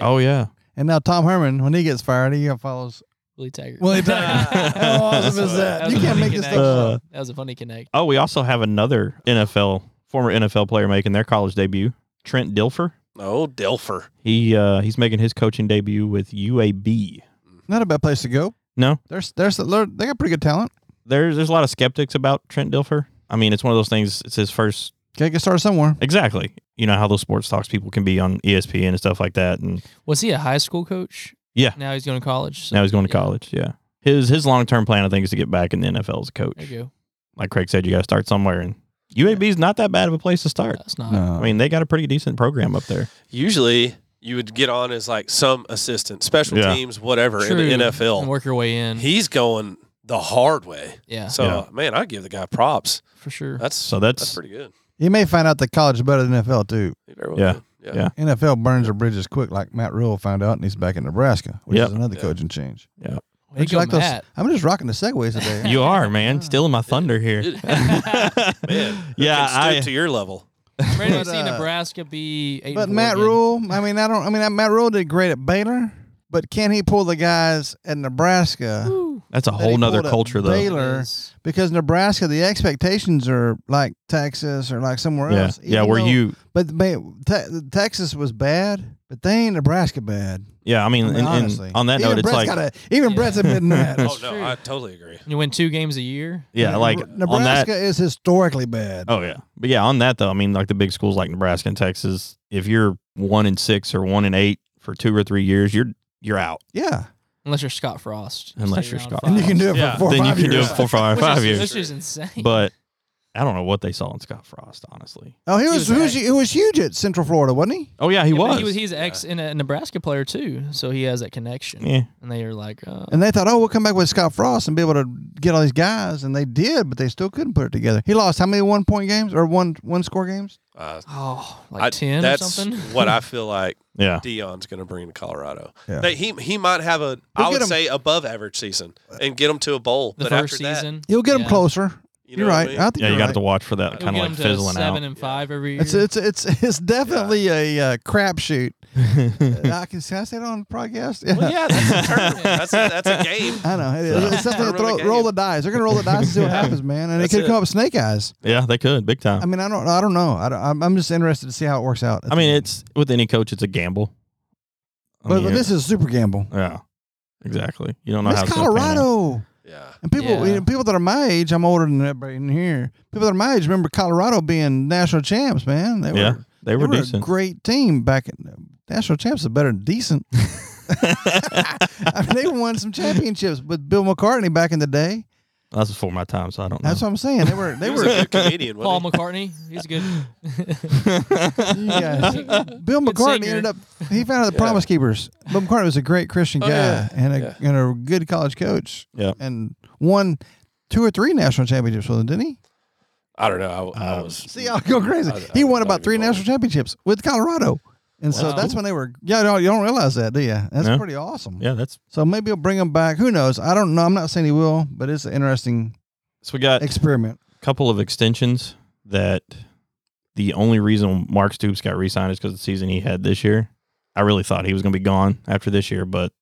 Oh yeah,
And now Tom Herman, when he gets fired, he follows
Willie Taggart.
Willie Taggart. How awesome is
That's-
that?
was
You
a
can't
funny
make this
connect.
stuff up.
up.
that was a funny connect.
Oh, we also have another NFL former NFL player making their college debut, Trent Dilfer.
Oh, Dilfer.
He uh, he's making his coaching debut with UAB.
Not a bad place to go.
No,
There's, there's, they're- they got pretty good talent.
there's there's a lot of skeptics about Trent Dilfer. I mean, it's one of those things. It's his first.
Gotta get started somewhere.
Exactly. You know how those sports talks people can be on E ESPN and stuff like that, and
Was he a high school coach?
Yeah.
Now he's going to college. so-
now he's going to
yeah.
college. Yeah. His his long term plan, I think, is to get back in the NFL as a coach.
There you go.
Like Craig said, you got to start somewhere, and UAB is not that bad of a place to start.
Uh,
That's not.
No.
I mean, they got a pretty decent program up there.
Usually, you would get on as like some assistant, special
Yeah.
teams, whatever in the
And
NFL.
work your way in.
He's going the hard way.
yeah,
So,
Yeah.
man, I give the guy props.
for sure.
That's
So that's,
that's pretty good.
You may find out that college is better than NFL, too.
He very well
Yeah.
did. yeah.
Yeah.
NFL burns their bridges quick, like Matt Rule found out, and he's back in Nebraska, which
Yep.
is another
Yeah.
coaching change.
Way to
Don't you
go,
like those-
Matt.
I'm just rocking the segues today.
you are man, stealing my thunder here.
Man, who
yeah,
can stoop
I,
to your level.
I'm ready to
But,
see
uh,
Nebraska be. Eight
But
and four
Matt
again.
Rule, I mean, I don't. I mean, Matt Rule did great at Baylor, but can he pull the guys at Nebraska?
Woo.
that's a
that
whole
he
nother
pulled at
culture though.
Baylor.
Yes.
Because Nebraska, the expectations are like Texas or like somewhere
Yeah,
else.
yeah,
even
where
though-
you,
But man, te- Texas was bad, but they ain't Nebraska bad.
yeah, I mean,
I mean,
and- and
honestly,
on that
even
note, it's
Brett's
like,
gotta, even
Yeah.
Brett's admitting that.
Oh
That's
no,
true.
I totally agree.
You win two games a year.
yeah, like on
Nebraska
that.
is historically bad.
Oh yeah, but yeah, on that though, I mean, like the big schools like Nebraska and Texas, if you're one and six or one and eight for two or three years, you're you're out
Yeah,
Unless you're Scott Frost.
Unless
Stay
you're
around
Scott
five.
and you can do it
Yeah.
for four or
then you
five
can
years.
do it for four or
Which
five
is-
years.
Which is insane.
But I don't know what they saw in Scott Frost, honestly.
Oh, he
was
was he was,
an
he was huge at Central Florida, wasn't he?
Oh yeah, he
Yeah, but
was.
He was he's ex in a Nebraska player too, so he has that connection.
yeah,
And they are like, uh,
And they thought, oh, we'll come back with Scott Frost and be able to get all these guys, and they did, but they still couldn't put it together. He lost how many one point games or one one score games?
Uh,
oh, like
I-
ten
that's
or something.
what I feel like
yeah.
Dion's going to bring to Colorado.
Yeah.
They- he he might have a I
He'll get
would
'em-
say above average season and get him to a bowl.
the
but
first
after
season,
You'll get them
Yeah.
closer.
that, you know
are
what I
right.
mean?
I think
Yeah, you
you're
got
right.
to watch for that
We'll
kind
get
of
them
like
to
fizzling
seven
out.
and five every year.
It's it's it's it's definitely a uh, crapshoot. And I can can I say that on the podcast. Yeah.
Well, yeah, that's a tournament. That's a, that's a game.
I know. It-
So-
It's definitely a
Roll
throw,
the
roll
game.
the dice. They're gonna roll the dice and see what happens, man. And it
That's
could come
it.
up snake eyes.
yeah, they could big time.
I mean, I don't, I don't know. I don't, I'm, I'm just interested to see how it works out.
I mean, it's with any coach, it's a gamble. I
but,
mean,
but
it-
this is super gamble.
yeah, exactly. You don't know
It's
how it's gonna pan out.
Colorado.
Yeah.
And people,
Yeah.
you know, people that are my age, I'm older than everybody in here. People that are my age remember Colorado being national champs, man. They were,
Yeah, they
they
were
were a
decent.
great team back in national champs is better than decent. I mean, they won some championships with Bill McCartney back in the day.
That's before my time, so I don't know.
That's what I'm saying. They were, they
He was a
were,
good comedian.
Paul
Wasn't
McCartney, he's good.
you guys. Bill
Good
McCartney
singer.
ended up, he founded the Promise Keepers. Bill McCartney was a great Christian guy
Oh, yeah.
and, a, and a good college coach
yeah,
and won two or three national championships with him, didn't he?
I don't know. I, I
Um,
was.
See, I'll go crazy.
I- I
he won
thought
about
you
three
were
national championships with Colorado. And so
Wow.
that's when they were. Yeah, no, you don't realize that, do you? That's
No.
pretty awesome.
yeah. That's
So maybe he'll bring him back. Who knows? I don't know. I'm not saying he will, but it's an interesting
so we got
experiment.
couple of extensions that the only reason Mark Stoops got re signed is because the season he had this year. I really thought he was going to be gone after this year, but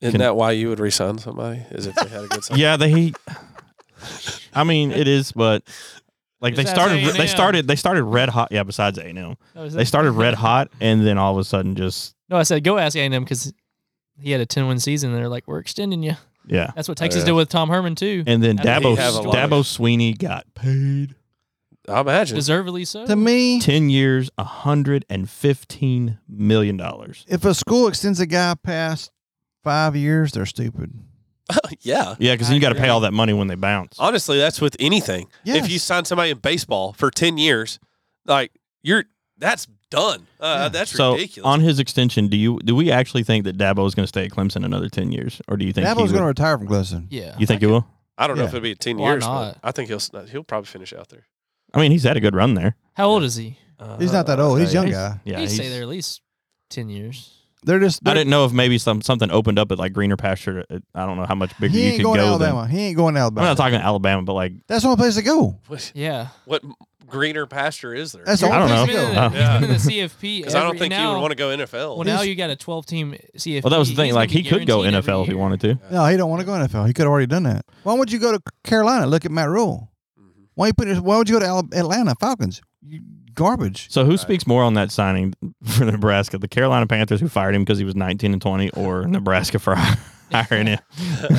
Isn't
Can-
that why you would resign somebody? Is if they had a good season?
yeah, they. I mean, it is, but like they
Besides
started,
A&M.
they started, they started red hot. Yeah, besides A and M,
No, is
they
that-
started red hot, and then all of a sudden, just
No, I said go ask A&M because he had a 10-win season. and They're like, we're extending you.
Oh, yeah.
That's what Texas
yeah.
did with Tom Herman too,
And
And
then
they
Dabo,
have a lot
of-
Dabo Sweeney got paid
I imagine.
deservedly so.
To me,
ten years, hundred and fifteen million dollars.
if a school extends a guy past five years, they're stupid.
yeah.
Yeah, because
I
then you got to pay
agree.
all that money when they bounce.
Honestly, that's with anything.
Yes.
If you sign somebody in baseball for ten years, like you're, that's done. Uh,
Yeah.
That's
so
ridiculous.
on his extension, do you do we actually think that Dabo is going to stay at Clemson another ten years, or do you think
Dabo's
he
going to
would,
retire from Clemson.
yeah.
you think he will?
I don't know
yeah.
if it'll be ten
Why
years.
not?
But I think he'll s- uh, he'll probably finish out there.
I mean, he's had a good run there.
How old is he?
He's not that
Uh,
old. He's a young
he's-
guy.
Yeah,
he'd stay
he's-
there at least 10 years.
They're just.
I
They're,
didn't know if maybe some something opened up at like greener pasture. uh, I don't know how much bigger
he
you
ain't
could
going to
go. than-
Alabama. He ain't going to
I'm
Alabama.
not talking Alabama, but like
That's the only place to go.
What,
Yeah.
what m- greener pasture is there?
That's the
I
only
don't
place
He's
know.
to
been in
go.
the,
Oh.
he's been in the CFP.
Because I don't
every-
think
now,
you would want to go NFL.
Well, now you got a 12-team CFP.
well, that was the thing.
He's
Like
gonna
he
be
could go
guaranteed every
NFL if he
year.
wanted to.
No, he don't want to go NFL. He could have already done that. Why would you go to Carolina? Look at Matt Rule.
Mm-hmm.
Mhm.
Why you put it, Why would you go to Al- Atlanta Falcons? You garbage.
So who
Right.
speaks more on that signing for Nebraska? The Carolina Panthers who fired him because he was 19 and 20 or Nebraska for hiring him?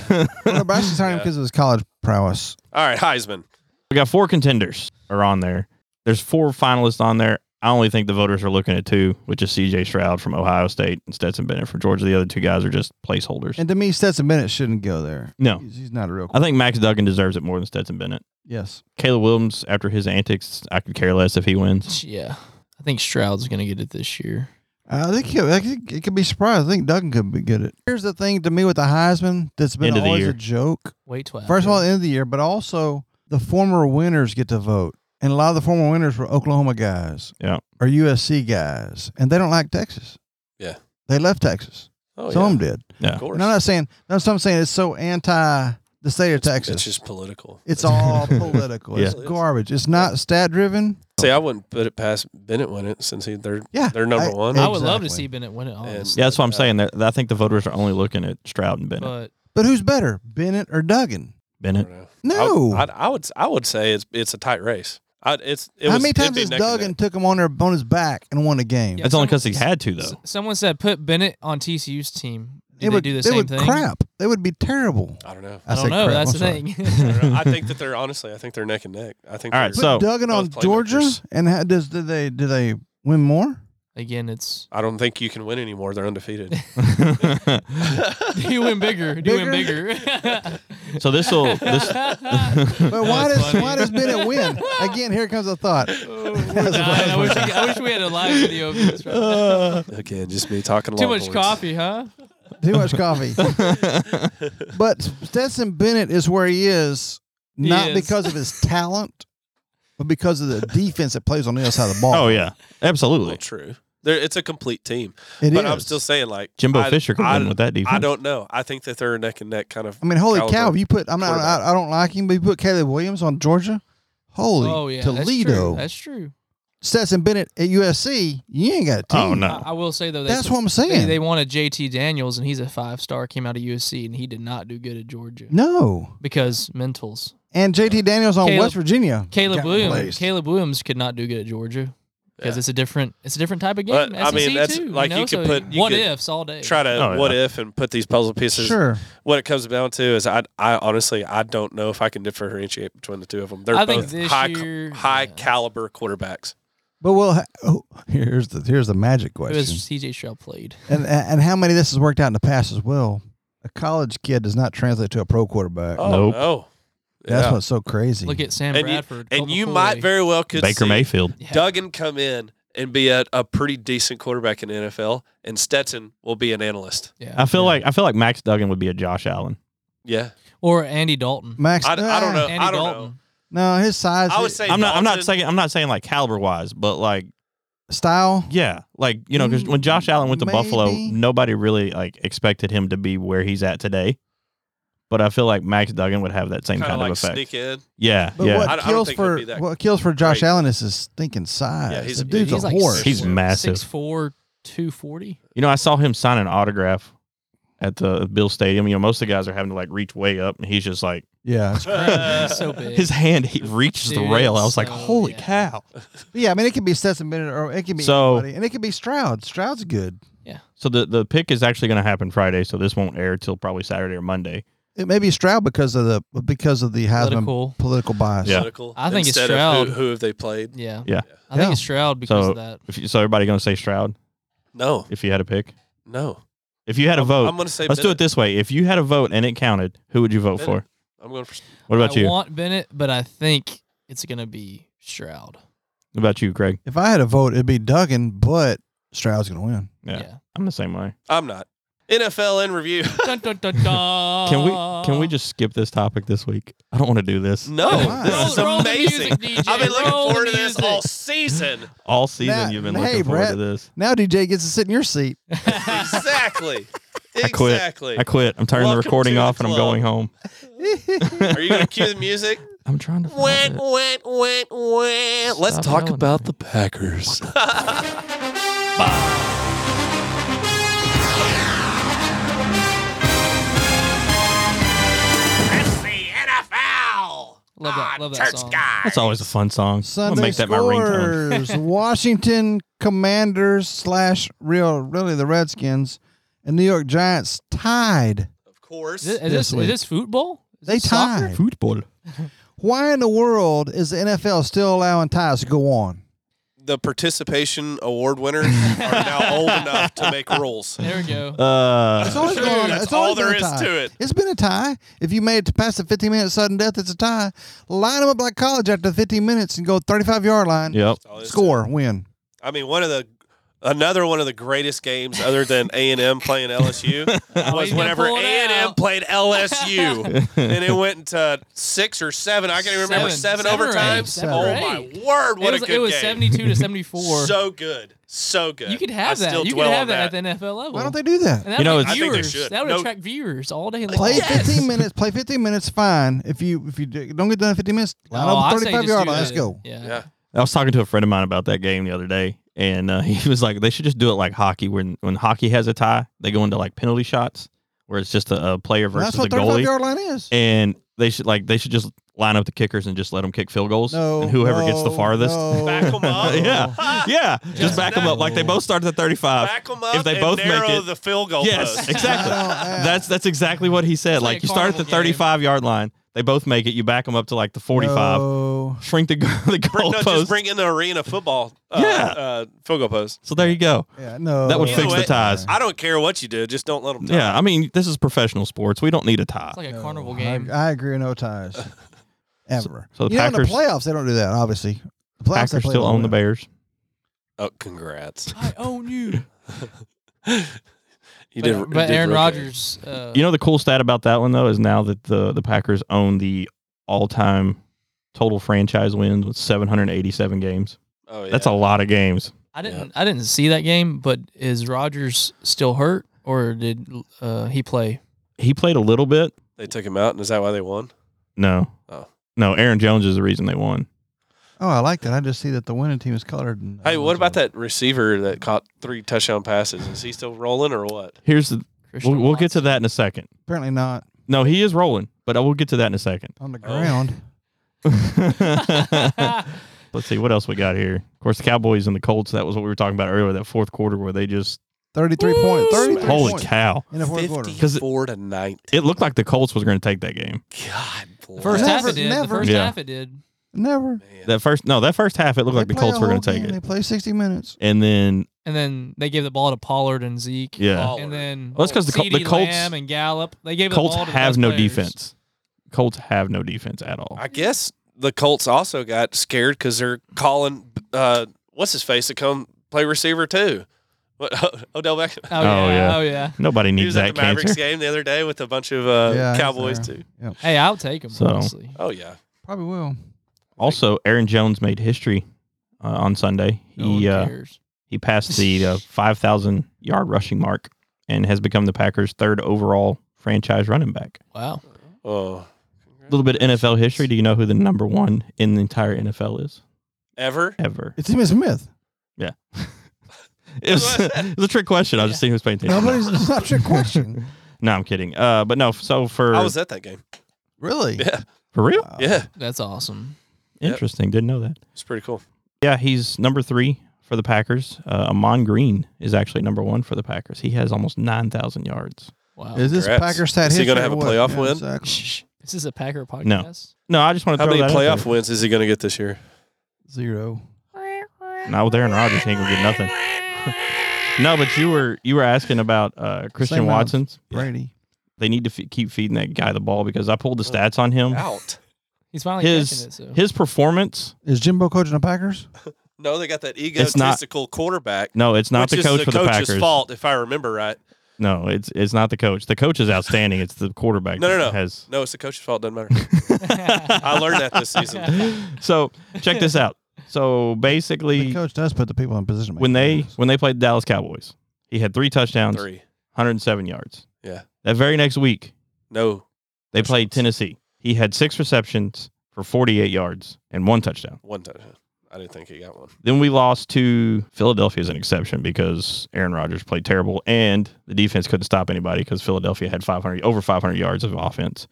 Well, Nebraska signed him
Yeah.
because of his college prowess.
All right, Heisman.
We got four contenders are on there. There's four finalists on there. I only think the voters are looking at two, which is CJ Stroud from Ohio State and Stetson Bennett from Georgia. The other two guys are just placeholders.
And to me, Stetson Bennett shouldn't go there.
No.
he's, he's not a real.
I think Max Duggan deserves it more than Stetson Bennett.
yes,
Caleb Williams, after his antics, I could care less if he wins.
Yeah. I think Stroud's going to get it this year.
I think he, I think it could be surprised. I think Duggan could be good at. Here's the thing to me with the Heisman that's been
End of the
always
year.
a joke.
Wait till
First
after.
of all, end of the year, but also the former winners get to vote, and a lot of the former winners were Oklahoma guys,
Yeah.
or USC guys, and they don't like Texas.
Yeah.
they left Texas.
Oh,
Some
yeah.
did.
Yeah.
Of course.
And I'm not saying that's what I'm saying. It's so anti the state of Texas.
It's
It's,
just political.
all political. It's
Yeah.
garbage. It's not stat driven.
See, I wouldn't put it past Bennett winning it since he they're
Yeah,
they're number
I-
one.
I would love to
Exactly.
see Bennett win it, honestly.
Yeah, that's what I'm saying.
uh,
That- I think the voters are only looking at Stroud and Bennett.
But
But who's better, Bennett or Duggan?
I
Bennett.
don't know.
No.
I, I'd- I would I would say it's it's a tight race. I, it's it
How
was,
many
it'd
times
be
has
neck and
Duggan
neck.
took him on, her, on his back and won a game?
Yeah.
That's only
some-
because he had to, though.
s- someone said put Bennett on TCU's team.
It
Did they
would,
do the
they
same
would
thing?
crap. They would be terrible.
I don't know.
I
said
don't know.
crap,
That's
I'm
the
sorry.
I,
thing.
don't know. I think that they're honestly I think they're neck and neck. I think
All
they're-
right, so-
Put Duggan on
Both
Georgia,
playmakers.
and how, does do they do they win more?
Again, it's
I don't think you can win anymore. They're undefeated.
you win bigger. You win bigger.
So this will this
But why
was
does
funny. Oh,
why does Bennett win? Again, here comes a thought.
Dying. I, wish we, I wish we had a live video of this. right now.
Uh,
Again, just me talking.
Too much
Longhorns.
coffee, huh?
Too much coffee. but Stetson Bennett is where he is,
He
not
is.
because of his talent, but because of the defense that plays on the other side of the ball.
Oh yeah. Absolutely.
Well, true. There, it's a complete team,
It
but I'm
is.
still saying like
Jimbo
I,
Fisher could
I,
win with that defense.
I don't know. I think that they're neck and neck, kind of.
I mean, holy cow!
caliber
if You put I'm not
quarterback.
I, I don't like him, but you put Caleb Williams on Georgia. Holy
oh yeah,
Toledo!
That's true.
Stetson Bennett at USC. You ain't got a team.
Oh
That's true.
no.
I, I will say though, they
That's what I'm saying.
They, they wanted JT Daniels, and he's a five star. Came out of USC, and he did not do good at Georgia
no.
because mentals.
And JT Daniels on
Uh, Caleb-
West Virginia.
Caleb
got
Williams,
replaced.
Caleb Williams could not do good at Georgia because
Yeah.
it's a different, it's a different type of game.
But, I mean,
SEC
that's-
too,
like,
know?
you
So
could put- you
what
could
ifs all day.
Try to
Oh, yeah.
what if and put these puzzle pieces.
Sure.
What it comes down to is I I honestly I don't know if I can differentiate between the two of them. They're
I think
both
this
high
year-
high
yeah.
caliber quarterbacks.
But well, ha- oh, here's the here's the magic
It
question.
was CJ Stroud played.
and and how many of this has worked out in the past as well. A college kid does not translate to a pro quarterback.
Oh
Nope.
no.
That's
Yeah.
what's so crazy.
Look at Sam
and
Bradford.
you, and
Colby
you
Foy.
might very well could
Baker
see
Mayfield.
Yeah.
Duggan come in and be a, a pretty decent quarterback in the NFL, and Stetson will be an analyst.
Yeah.
I feel like I feel like Max Duggan would be a Josh Allen.
Yeah,
or Andy Dalton.
Max. uh,
I, I don't know.
Andy
Uh, I don't
Dalton.
know.
No, his size.
I would say
I'm not I'm not
Dalton-
saying I'm not saying like caliber wise, but like
style.
yeah, like you know cuz when Josh Allen went to Buffalo,
Mm, Maybe.
nobody really like expected him to be where he's at today. But I feel like Max Duggan would have that same
kinda
kind
like
of effect.
sneak in.
Yeah,
But
yeah.
what
I- I don't
kills
think it'd
for
be that
what kills for Josh
great.
Allen is his stinking size.
Yeah, he's
the
a-
dude's
he's
a
like
horse.
six-
He's massive.
6'4", 240.
You know, I saw him sign an autograph at the Bill Stadium. You know, most of the guys are having to like reach way up, and he's just like
yeah,
He's so big.
his hand he reaches the
Dude,
rail. I was like,
so,
holy
yeah.
cow!
yeah. I mean, it could be Stetson Bennett or it could be
So-
anybody, and it could be Stroud. Stroud's good.
So the the pick is actually going to happen Friday, so this won't air till probably Saturday or Monday.
It may be Stroud because of the because of the Heisman political,
Political.
bias.
Yeah.
Political,
I think it's
instead of
Stroud.
Who, who have they played?
Yeah.
Yeah.
I think
Yeah.
it's Stroud because
So-
of that.
If you, so, everybody going to say Stroud
No,
if you had a pick.
no.
If you had a
I'm-
vote,
I'm gonna say
Oh, let's do it
Bennett.
this way: if you had a vote and it counted, who would you vote
Bennett.
for?
I'm going for.
What about
I
you?
want Bennett, but I think it's going to be Stroud.
what about you, Craig?
If I had a vote, it'd be Duggan, but Stroud's gonna win.
Yeah.
Yeah.
I'm the same way.
I'm not. NFL in review.
Dun, dun, dun, dun.
Can we can
Uh.
we just Oh, skip this topic this week? I don't want to do this
Oh,
No,
Why?
this is
Roll- roll the
amazing.
music, DJ.
I've been looking
Roll the
forward to this
music.
all season.
all season.
Nah,
you've been
hey,
looking forward
Brett.
to this.
Now DJ gets to sit in your seat.
exactly.
quit.
Exactly.
I quit. I'm turning the
Welcome
recording
to the
off and I'm
club.
going home.
Are you going to cue the music?
I'm trying to find
went,
it.
went, went, went. Let's
Stop
talk
yelling
about
at
the Packers. It's the NFL.
Love that-
on
love that
Church
song.
Guy.
That's always a fun song. I'm
Sunday
gonna make that my ringtone.
scores: Washington Commanders slash real really the Redskins and New York Giants tied.
Of course.
Is this, is
This
this,
week.
is this football? Is
They
this soccer?
tied.
Football.
Why in the world is the NFL still allowing ties to go on?
the participation award winners are now old enough to make rules.
There we go.
It's
Uh,
always
Dude,
going on.
that's
It's always
all there
been a
is
tie.
to it.
It's been a tie. If you made it to past the 15 minute sudden death, it's a tie. Line them up like college after 15 minutes and go 35 yard line.
yep.
That's all it is to it.
Score, win.
Oh, I mean, one of the another one of the greatest games other than A and M playing
he's
LSU was
gonna
whenever A
Oh, pull it
and M
out.
played LSU, and it went to six or seven. I can't even remember
Seven.
seven,
Seven or
overtimes.
eight. Seven
oh
or
my
eight.
word! What
it was,
a good
it was
game.
72 to 74.
So good, so good.
you could
I
have that.
Still
You could
dwell
have
on
that, at the NFL level.
Why don't they do that?
And that
You know,
would
it's- I
think they
viewers.
should.
That would
No-
attract viewers all day long.
Play
Yes.
15 minutes. Play 15 minutes. Fine. If you if you d- don't get done in 15 minutes, line
Oh,
up
I say
35
just
yard
do
line.
that.
Let's go.
Yeah.
Yeah.
I was talking to a friend of mine about that game the other day, and uh, he was like, "They should just do it like hockey. When when hockey has a tie, they go into like penalty shots, where it's just a, a player
And
versus
that's
the
what 35
goalie,
yard line is.
and they should like they should just line up the kickers and just let them kick field goals,
No.
and whoever gets the
no,
farthest,
no.
Back 'em up.
yeah, yeah, just
Just
back them up
that.
like they both start at thirty five.
Back them up
If they
and
both make
narrow
it-
the field goal
Yes,
post.
exactly.
I don't- I-
that's that's exactly what he said.
It's
Like,
like a
you start at the
carnival game.
35 yard line, they both make it. You back them up to like the 45,
No. go.
Shrink the the
Bring, no, just
goalpost.
bring in the arena football. Uh,
Yeah.
uh, field goal post.
so there you go.
Yeah, no.
That would
Either
fix
way,
the ties.
I don't care what you do, just don't let them.
Yeah, I mean, this is professional sports. We don't need a tie.
It's like a
No,
carnival
I-
game.
I, agree, no ties. Ever.
So- so the
you know, in
Packers-
the playoffs, they don't do that, obviously. The playoffs, they
Packers
play
still
with
own the
winner.
Bears.
Oh, congrats!
I own you.
You
but,
did.
but
did
Aaron
real good.
Rodgers. Uh,
You know the cool stat about that one though is now that the the Packers own the all time total franchise wins with 787 games.
Oh, yeah.
That's a lot of games.
I didn't. I didn't see that game. But is Rodgers still hurt, or did uh, he play?
He played a little bit.
They took him out, and is that why they won?
No.
Oh.
No, Aaron Jones is the reason they won.
Oh, I like that. I just see that the winning team is colored. in-
Hey, what about that receiver that caught three touchdown passes? Is he still rolling or what?
Here's the we'll, we'll get to that in a second.
Apparently not
No, he is rolling, but I will get to that in a second.
on the
Oh.
ground.
that.
Let's see what else we got here. Of course, the Cowboys and the Colts. That was what we were talking about earlier. That fourth quarter where they just
33 points. 33
holy
points
cow!
in the fourth quarter.
54 to 19.
It looked like the Colts was going to take that game.
God
first
bless.
half
Never-
it did.
never.
The first
Yeah.
half it did.
Never.
Man.
That first no, that first half it looked like
They
the
play a
Colts were going
whole
to take
game. They
it.
play 60 minutes.
And then
And then they gave the ball to Pollard and Zeke.
yeah,
Ball.
And then
Well, that's 'cause the Col-
CD
the Colts-
Lamb and Gallup. They gave
Colts
the ball to the
have
best
no
players.
defense. Colts have no defense at all.
I guess the Colts also got scared because they're calling uh, what's his face to come play receiver too. What Odell Beckham?
Oh,
Oh,
yeah,
yeah.
Oh yeah.
Nobody
He
needs
was at
that
the Mavericks
cancer.
game the other day with a bunch of uh,
Yeah, I was
Cowboys
there.
too.
Hey, I'll take him.
So-
honestly.
Oh yeah,
Probably will.
Also, Aaron Jones made history uh, on Sunday.
No one
He uh,
cares.
He passed the uh, 5,000 yard rushing mark and has become the Packers' third overall franchise running back.
Wow.
oh
A little bit of NFL history. Do you know who the number one in the entire NFL is
ever.
ever?
It's Emmitt Smith.
It was, it was a trick question. I was just seeing who's paying attention.
Nobody's it's not your question.
no, I'm kidding. Uh, but no, so for
I was at that game.
Really?
Yeah,
for real,
Wow.
yeah,
That's awesome.
Yep.
interesting. Didn't know that.
it's pretty cool.
Yeah, he's number three for the Packers. Uh, Amon Green is actually number one for the Packers. He has almost 9,000 yards.
Wow.
Is this
Congrats.
Packer stat
Is he
history
gonna have
or
a
what?
playoff win?
exactly.
Shh. This is a Packer podcast.
No. No, I just want to
How
throw
many
that out
playoff
there.
wins is he going to get this year?
Zero.
Not with Aaron Rodgers, he ain't gonna get nothing. no, but you were you were asking about uh, Christian
Same rounds.
Watson's.
Brady.
They need to f- keep feeding that guy the ball because I pulled the stats on him.
Out.
He's finally
His
catching it. So.
his performance.
Is Jimbo coaching the Packers?
No, they got that
It's not-
egotistical quarterback.
No, it's not
which
the coach
is
for
the
the
coach's
Packers.
fault, if I remember right.
No, it's it's not the coach. The coach is outstanding. It's the quarterback.
No, no,
that
no.
Has
No, it's the coach's fault. Doesn't matter. I learned that this season.
so check this out. So
The
basically,
coach does put the people in position. to make
when they
playoffs.
when they played Dallas Cowboys, he had three touchdowns,
Three.
107 yards.
Yeah.
That very next week,
No,
They played
touchdowns.
Tennessee. He had six receptions for 48 yards and one touchdown.
one touchdown. I didn't think he got one.
Then we lost to Philadelphia as an exception because Aaron Rodgers played terrible and the defense couldn't stop anybody because Philadelphia had 500 over 500 yards of offense.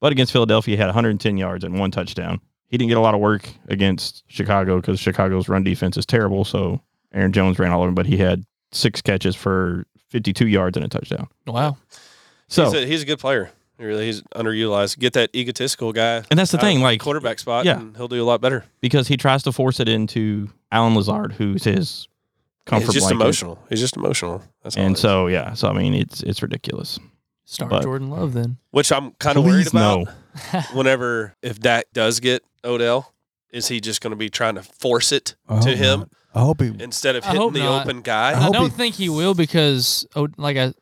But against Philadelphia, he had 110 yards and one touchdown. He didn't get a lot of work against Chicago because Chicago's run defense is terrible. So Aaron Jones ran all over him, but he had six catches for 52 yards and a touchdown.
wow.
So
he's a, he's a good player. He really, he's underutilized. Get that egotistical guy.
and that's the
out of
thing, like
quarterback spot,
yeah.
and he'll do a lot better.
because he tries to force it into Alan Lazard, who's his comfort
he's just
blanket.
emotional. He's just emotional. That's all it
And
is.
so yeah, so I mean it's it's ridiculous.
Start
But-
Jordan Love then.
which I'm kind of worried
Please
about.
no.
Whenever if Dak does get Odell, is he just going to be trying to force it
I hope
to him
not. I hope he.
instead of
I
hitting
hope
the
not.
open
I
guy?
I,
hope
don't
he-
think he will because, oh, like I,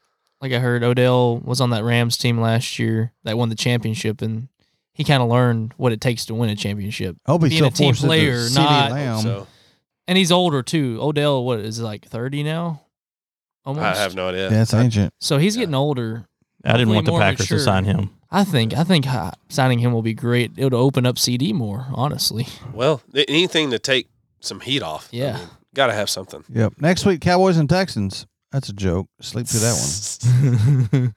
like I heard, Odell was on that Rams team last year that won the championship, and he kind of learned what it takes to win a championship.
I hope he
being
still
a team
forces
player,
the
not-
CD Lamb.
So
And he's older too. Odell, what is it, like thirty now? Almost.
I have no idea.
That's ancient.
So he's
Yeah.
getting older.
I didn't
Hopefully
want the
more
Packers
mature.
to sign him.
I think. I think uh, signing him will be great. It'll open up CD more, honestly.
Well, th- anything to take some heat off.
Yeah.
got to have something.
Yep. Next week, Cowboys and Texans. That's a joke. Sleep through that one.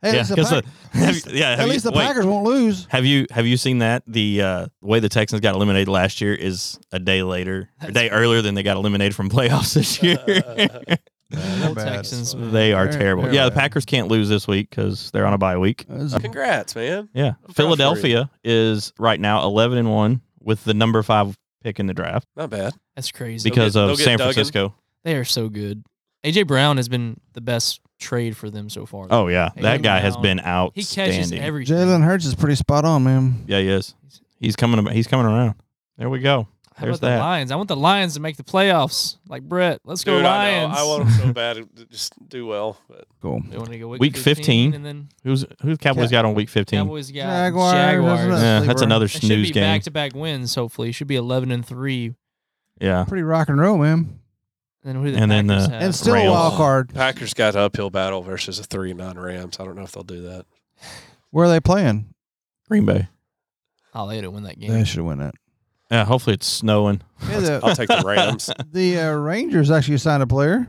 Hey,
yeah,
it's the
'cause the-
Pack-
have you- yeah,
at
have you-
least the
wait.
Packers won't lose.
Have you have you seen that the uh, way the Texans got eliminated last year is a day later, a day earlier than they got eliminated from playoffs this
Uh,
year.
Old Texans. man.
they are
They're-
terrible.
they're
Yeah, the
bad.
Packers can't lose this week because they're on a bye week.
That's-
Congrats, man.
Yeah,
I'm proud for you.
Philadelphia is right now eleven and one with the number five pick in the draft
Not bad.
That's crazy.
They'll get-
because
they'll
of
get
San
Duggan.
Francisco.
They are so good. AJ Brown has been the best trade for them so far.
Oh yeah,
Hey,
that guy has
Brown.
been
he
outstanding.
catches everything.
Jalen Hurts is pretty spot on, man.
yeah, he is. He's coming. ab- He's coming around. There we go.
How
There's
about the
that.
Lions? I want the Lions to make the playoffs. Like Brett, let's go
Dude, I,
Lions.
know. I want them so bad. to Just do well. But
Cool.
They wanna go
Week 15.
and then
Who's who's Cowboys got on week fifteen?
Cowboys got
Jaguars,
Jaguars.
that's
Yeah,
Sleeper.
that's another
It should
snooze
be
game.
back-to-back wins. Hopefully, it should be eleven and three.
yeah,
Pretty rock and roll, man.
And then who the
And then,
Packers
uh,
have?
And still a
Rams.
wild card.
Packers got an uphill battle versus a three nine Rams. I don't know if they'll do that.
Where are they playing?
Green Bay.
oh, they don't win that
They
game.
should win it.
Yeah, hopefully it's snowing.
Yeah,
I'll
the
take the Rams.
the uh, Rangers actually signed a player,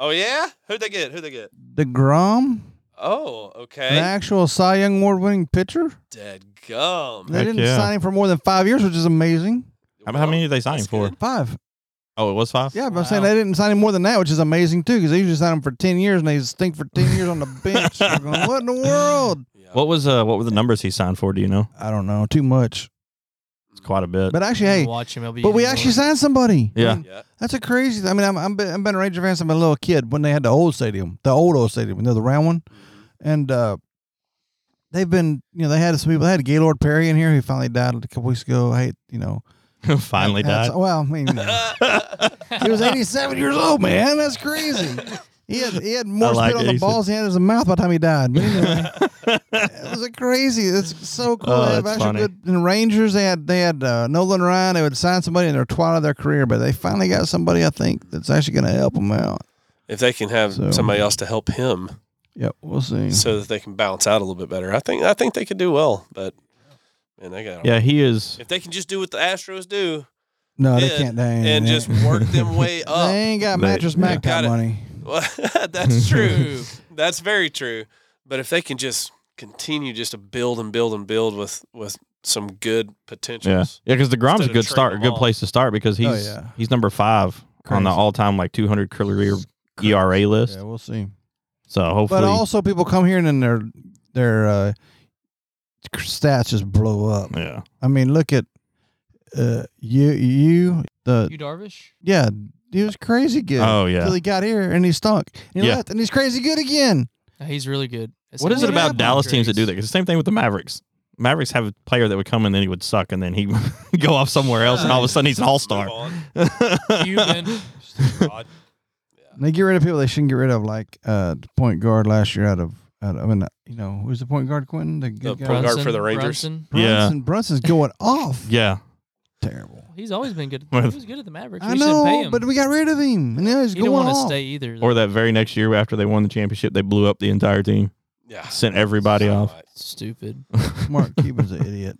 oh yeah, who'd they get? Who'd they get?
DeGrom,
Oh, okay.
an actual Cy Young Award winning pitcher.
Dead gum.
They
Heck
didn't
yeah.
sign him for more than five years, which is amazing.
How, how many did they sign him
that's
for?
good.
Five.
Oh, it was five.
Yeah, but I'm saying
Wow.
they didn't sign him more than that, which is amazing too, because they usually sign him for ten years and they stink for ten years on the bench. You're going, what in the world?
Yeah.
What was uh what were the numbers he signed for? Do you know?
I don't know, too much.
It's quite a bit.
But actually, hey,
watch MLB.
but we
anymore.
actually signed somebody.
Yeah.
I mean,
Yeah.
that's a crazy. I mean, I'm I'm been, I've been a Ranger fan since I'm a little kid when they had the old stadium, the old old stadium, you know, the round one, and uh, they've been you know they had some people. They had Gaylord Perry in here who finally died a couple weeks ago. I hate you know
Finally
that's-
died.
Well, I mean, you know. He was 87 years old, man. That's crazy. He had he had more
like
spit on
it.
the
He said-
balls than he had in his mouth by the time he died. But anyway, it was a crazy. It's so cool.
Oh,
they have
that's
actually
funny.
good. And Rangers, they had they had uh, Nolan Ryan. They would sign somebody in their twilight of their career, but they finally got somebody I think that's actually going to help them out.
If they can have
So-
somebody else to help him,
Yep, we'll see.
Mm-hmm.
so that they can balance out a little bit better, I think I think they could do well. But man, they got
yeah, he is.
If they can just do what the Astros do
no, they
Yeah,
can't. They ain't,
and just work them way
they
up,
ain't got
They-
mattress
yeah.
Mac that
Got it.
money.
Well, that's true. that's very true. But if they can just continue just to build and build and build with with some good
Yeah,
potentials.
yeah, because the Grom's
Instead
a
of
good
trading
start, a
them
good
all.
place to start because he's
Oh, yeah.
he's number five on the
Crazy.
all-time like 200 career ERA E list.
Yeah, we'll see.
So hopefully,
But also, people come here and then their their uh, stats just blow up.
yeah,
I mean, look at uh, you, you, the
you Darvish.
yeah, he was crazy good.
oh yeah.
Till he got here and he stunk. And he
Yeah.
left and he's crazy good again.
Yeah, he's really good. It's
What
like
is it
what
about
happened to
Dallas teams that do
Driggs?
that? 'Cause the same thing with the Mavericks. Mavericks have a player that would come and then he would suck and then he would go off somewhere else and all of a sudden he's an all star.
Cuban.
And they get rid of people they shouldn't get rid of, like uh, the point guard last year out of, out of I mean, uh, you know, who's the point guard, Quentin? The good
The
guy?
point guard.
Brunson,
for the Rangers.
Brunson.
Yeah.
Brunson. Brunson's going off.
yeah,
Terrible.
He's always been good. He
Well,
was good at the Mavericks.
I
We just didn't pay
know,
him.
but we got rid of him, and now he's
he didn't
going
want to
off.
stay either.
or that very next year after they won the championship, they blew up the entire team,
yeah.
sent everybody off.
Stupid.
Mark Cuban's an idiot.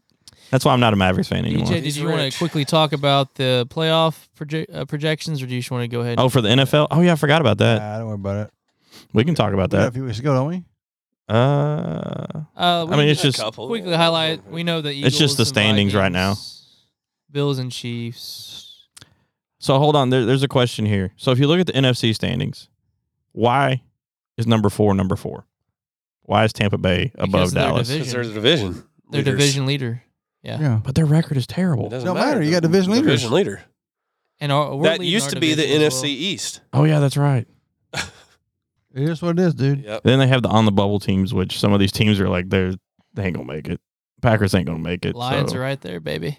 That's why I'm not a Mavericks fan anymore.
DJ, E did
He's
you want
rich.
to quickly talk about the playoff proje- uh, projections, or do you just want to go ahead?
Oh, for the NFL? Oh yeah, I forgot about that.
Nah, don't worry about it.
We can talk about
We got a
that.
few weeks ago, don't we?
Uh,
Uh, we
I mean,
can
it's just
couple.
quickly highlight. We know the Eagles.
It's just the
and
standings right now.
Vikings, Bills and Chiefs.
so hold on. There, there's a question here. So if you look at the NFC standings, why is number four number four? Why is Tampa Bay above
Because of their
Dallas?
division.
Because they're the division.
Their
leaders.
division leader. Yeah.
Yeah.
But their record is
It
terrible.
doesn't
Don't matter, you got division
They're the
leaders.
Division leader.
And our, we're
that
leading
used
our
to be the
division as
NFC
well.
East.
Oh yeah, that's right.
It is what it is, dude.
Yep.
Then they have the on the bubble teams, which some of these teams are like they're they ain't gonna make it. Packers ain't gonna make it.
Lions
so-
are right there, baby.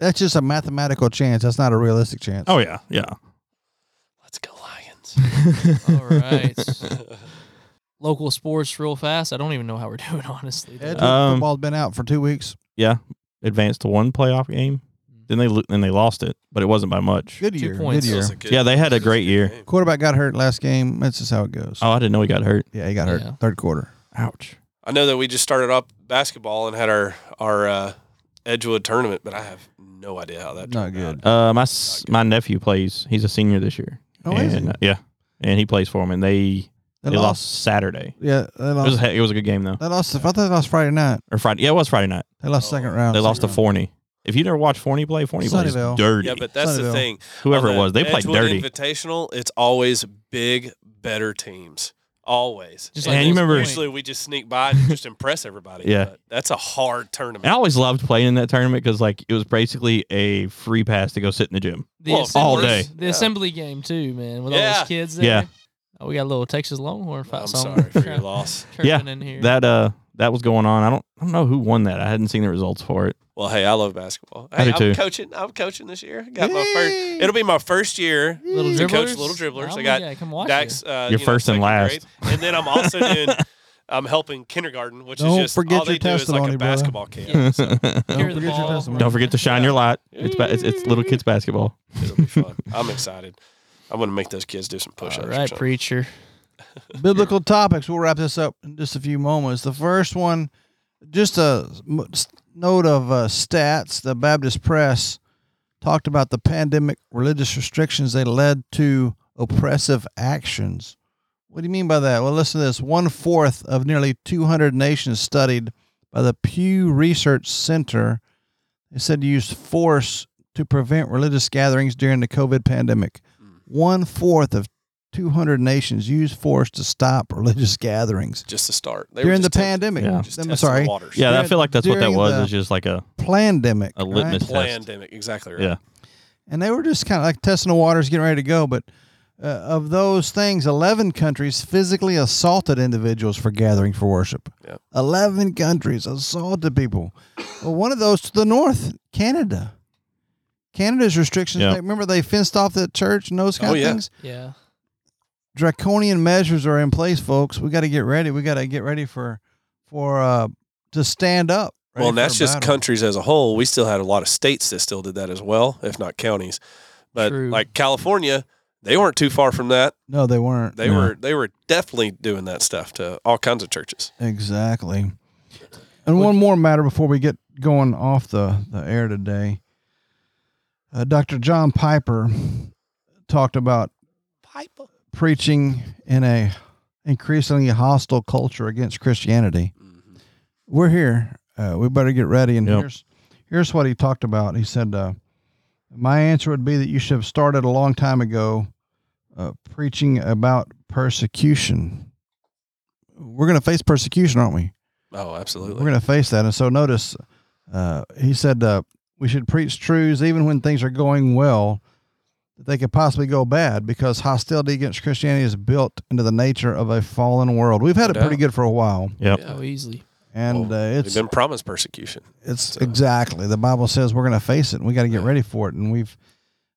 That's just a mathematical chance. That's not a realistic chance.
Oh yeah, yeah.
Let's go Lions.
All right. Local sports, real fast. I don't even know how we're doing, honestly.
Edgewood
Um,
football's been out for two weeks.
yeah. Advanced to one playoff game. Then they lo- then they lost it, but it wasn't by much.
Good
two
year. Good
points.
year.
That was a good-
Yeah, they had a
that was
great
good
year.
game.
Quarterback got hurt last game. That's just how it goes.
Oh, I didn't know he got hurt.
Yeah, he got hurt
Yeah.
third quarter.
Ouch.
I know that we just started up basketball and had our our uh, Edgewood tournament, but I have no idea how that
Not
turned out.
good.
Uh, my s- my nephew plays. He's a senior this year.
Oh,
and,
is he?
uh, yeah, and he plays for them, and they they, lost, Oh. Saturday.
Yeah, they
It was a,
lost.
he- it was a good game though,
They lost. I thought they lost Friday night.
or Friday. Yeah, it was Friday night.
They lost
Oh.
second round.
They lost to
second
Forney. If you never watched Forney play, Forney plays
Sunnyvale.
dirty.
Yeah, but that's
Sunnyvale.
the thing.
Whoever
On
it
the
was, they played
Edgewood
dirty.
Invitational. It's always big, better teams. Always.
Just
And you
those
remember-
points.
Usually we just sneak by and just impress everybody.
Yeah.
but that's a hard tournament.
And I always loved playing in that tournament because like it was basically a free pass to go sit in the gym.
the
Well,
assembly,
all day.
The
Yeah.
assembly game too, man, with all
Yeah.
those kids there.
Yeah.
Oh, we got a little Texas Longhorn fight
I'm
song.
sorry for your loss.
Chirping
Yeah,
in here.
That uh that was going on. I don't I don't know who won that. I hadn't seen the results for it.
Well, hey, I love basketball.
I
Hey,
do
I'm
too.
coaching. I'm coaching this year. Got my first. It'll be my first year
little
to
dribblers.
coach little dribblers.
Oh,
I got
yeah, come watch
Dax. Uh,
Your
you know,
first and
second
last.
grade. And then I'm also doing. I'm helping kindergarten, which
Don't
is just
forget
all they
your
do is like
testimony,
a
brother.
basketball camp.
Yeah.
So
you.
Don't
Hear the
forget your
ball.
testimony.
don't forget to shine your light. It's, ba- it's it's little kids basketball.
it'll be fun. I'm excited. I'm going to make those kids do some push-ups.
All
or
right,
something.
preacher.
biblical topics. We'll wrap this up in just a few moments. The first one, just a m- s- note of uh, stats. The Baptist Press talked about the pandemic religious restrictions they led to oppressive actions. What do you mean by that? Well, listen to this. One fourth of nearly 200 nations studied by the Pew Research Center, they said used force to prevent religious gatherings during the COVID pandemic.
Hmm.
One fourth of 200 nations used force to stop religious gatherings
just to start They were
during the
just testing-
pandemic.
Yeah.
just
I'm
testing the
sorry,
waters.
Yeah, I
During-
feel like that's what that
during
was.
the-
It's just like a
pandemic.
A
right?
litmus test.
pandemic. Exactly right.
Yeah.
And they were just kind of like testing the waters, getting ready to go. But uh, of those things, 11 countries physically assaulted individuals for gathering for worship.
Yep.
11 countries assaulted people. well, one of those to the north, Canada. Canada's restrictions.
Yeah.
they- remember, they fenced off the church and those kind
Oh,
of
yeah.
things.
Yeah.
draconian measures are in place, folks. We got to get ready. We got to get ready for for uh to stand up. ready
Well, and
for
that's
a
just
battle.
countries as a whole. We still had a lot of states that still did that as well, if not counties. But
True.
like California, they weren't too far from that.
No, they weren't
They
No.
were they were definitely doing that stuff to all kinds of churches.
exactly. And one more matter before we get going off the the air today. Uh, Dr. John Piper talked about
Piper.
preaching in a increasingly hostile culture against Christianity. We're here. Uh, we better get ready. And
Yep.
here's here's what he talked about. He said, uh, "My answer would be that you should have started a long time ago, uh, preaching about persecution. We're going to face persecution, aren't we?
Oh, absolutely.
We're going to face that. And so notice, uh, he said uh, we should preach truths even when things are going well that they could possibly go bad because hostility against Christianity is built into the nature of a fallen world. We've had
No
it pretty
doubt.
good for a while,
yep.
Yeah.
Oh, easily.
and
Well,
uh,
We've
it's
been promised persecution.
it's
so-
exactly the Bible says we're going to face it. and We got to get
Yeah.
ready for it, and we've.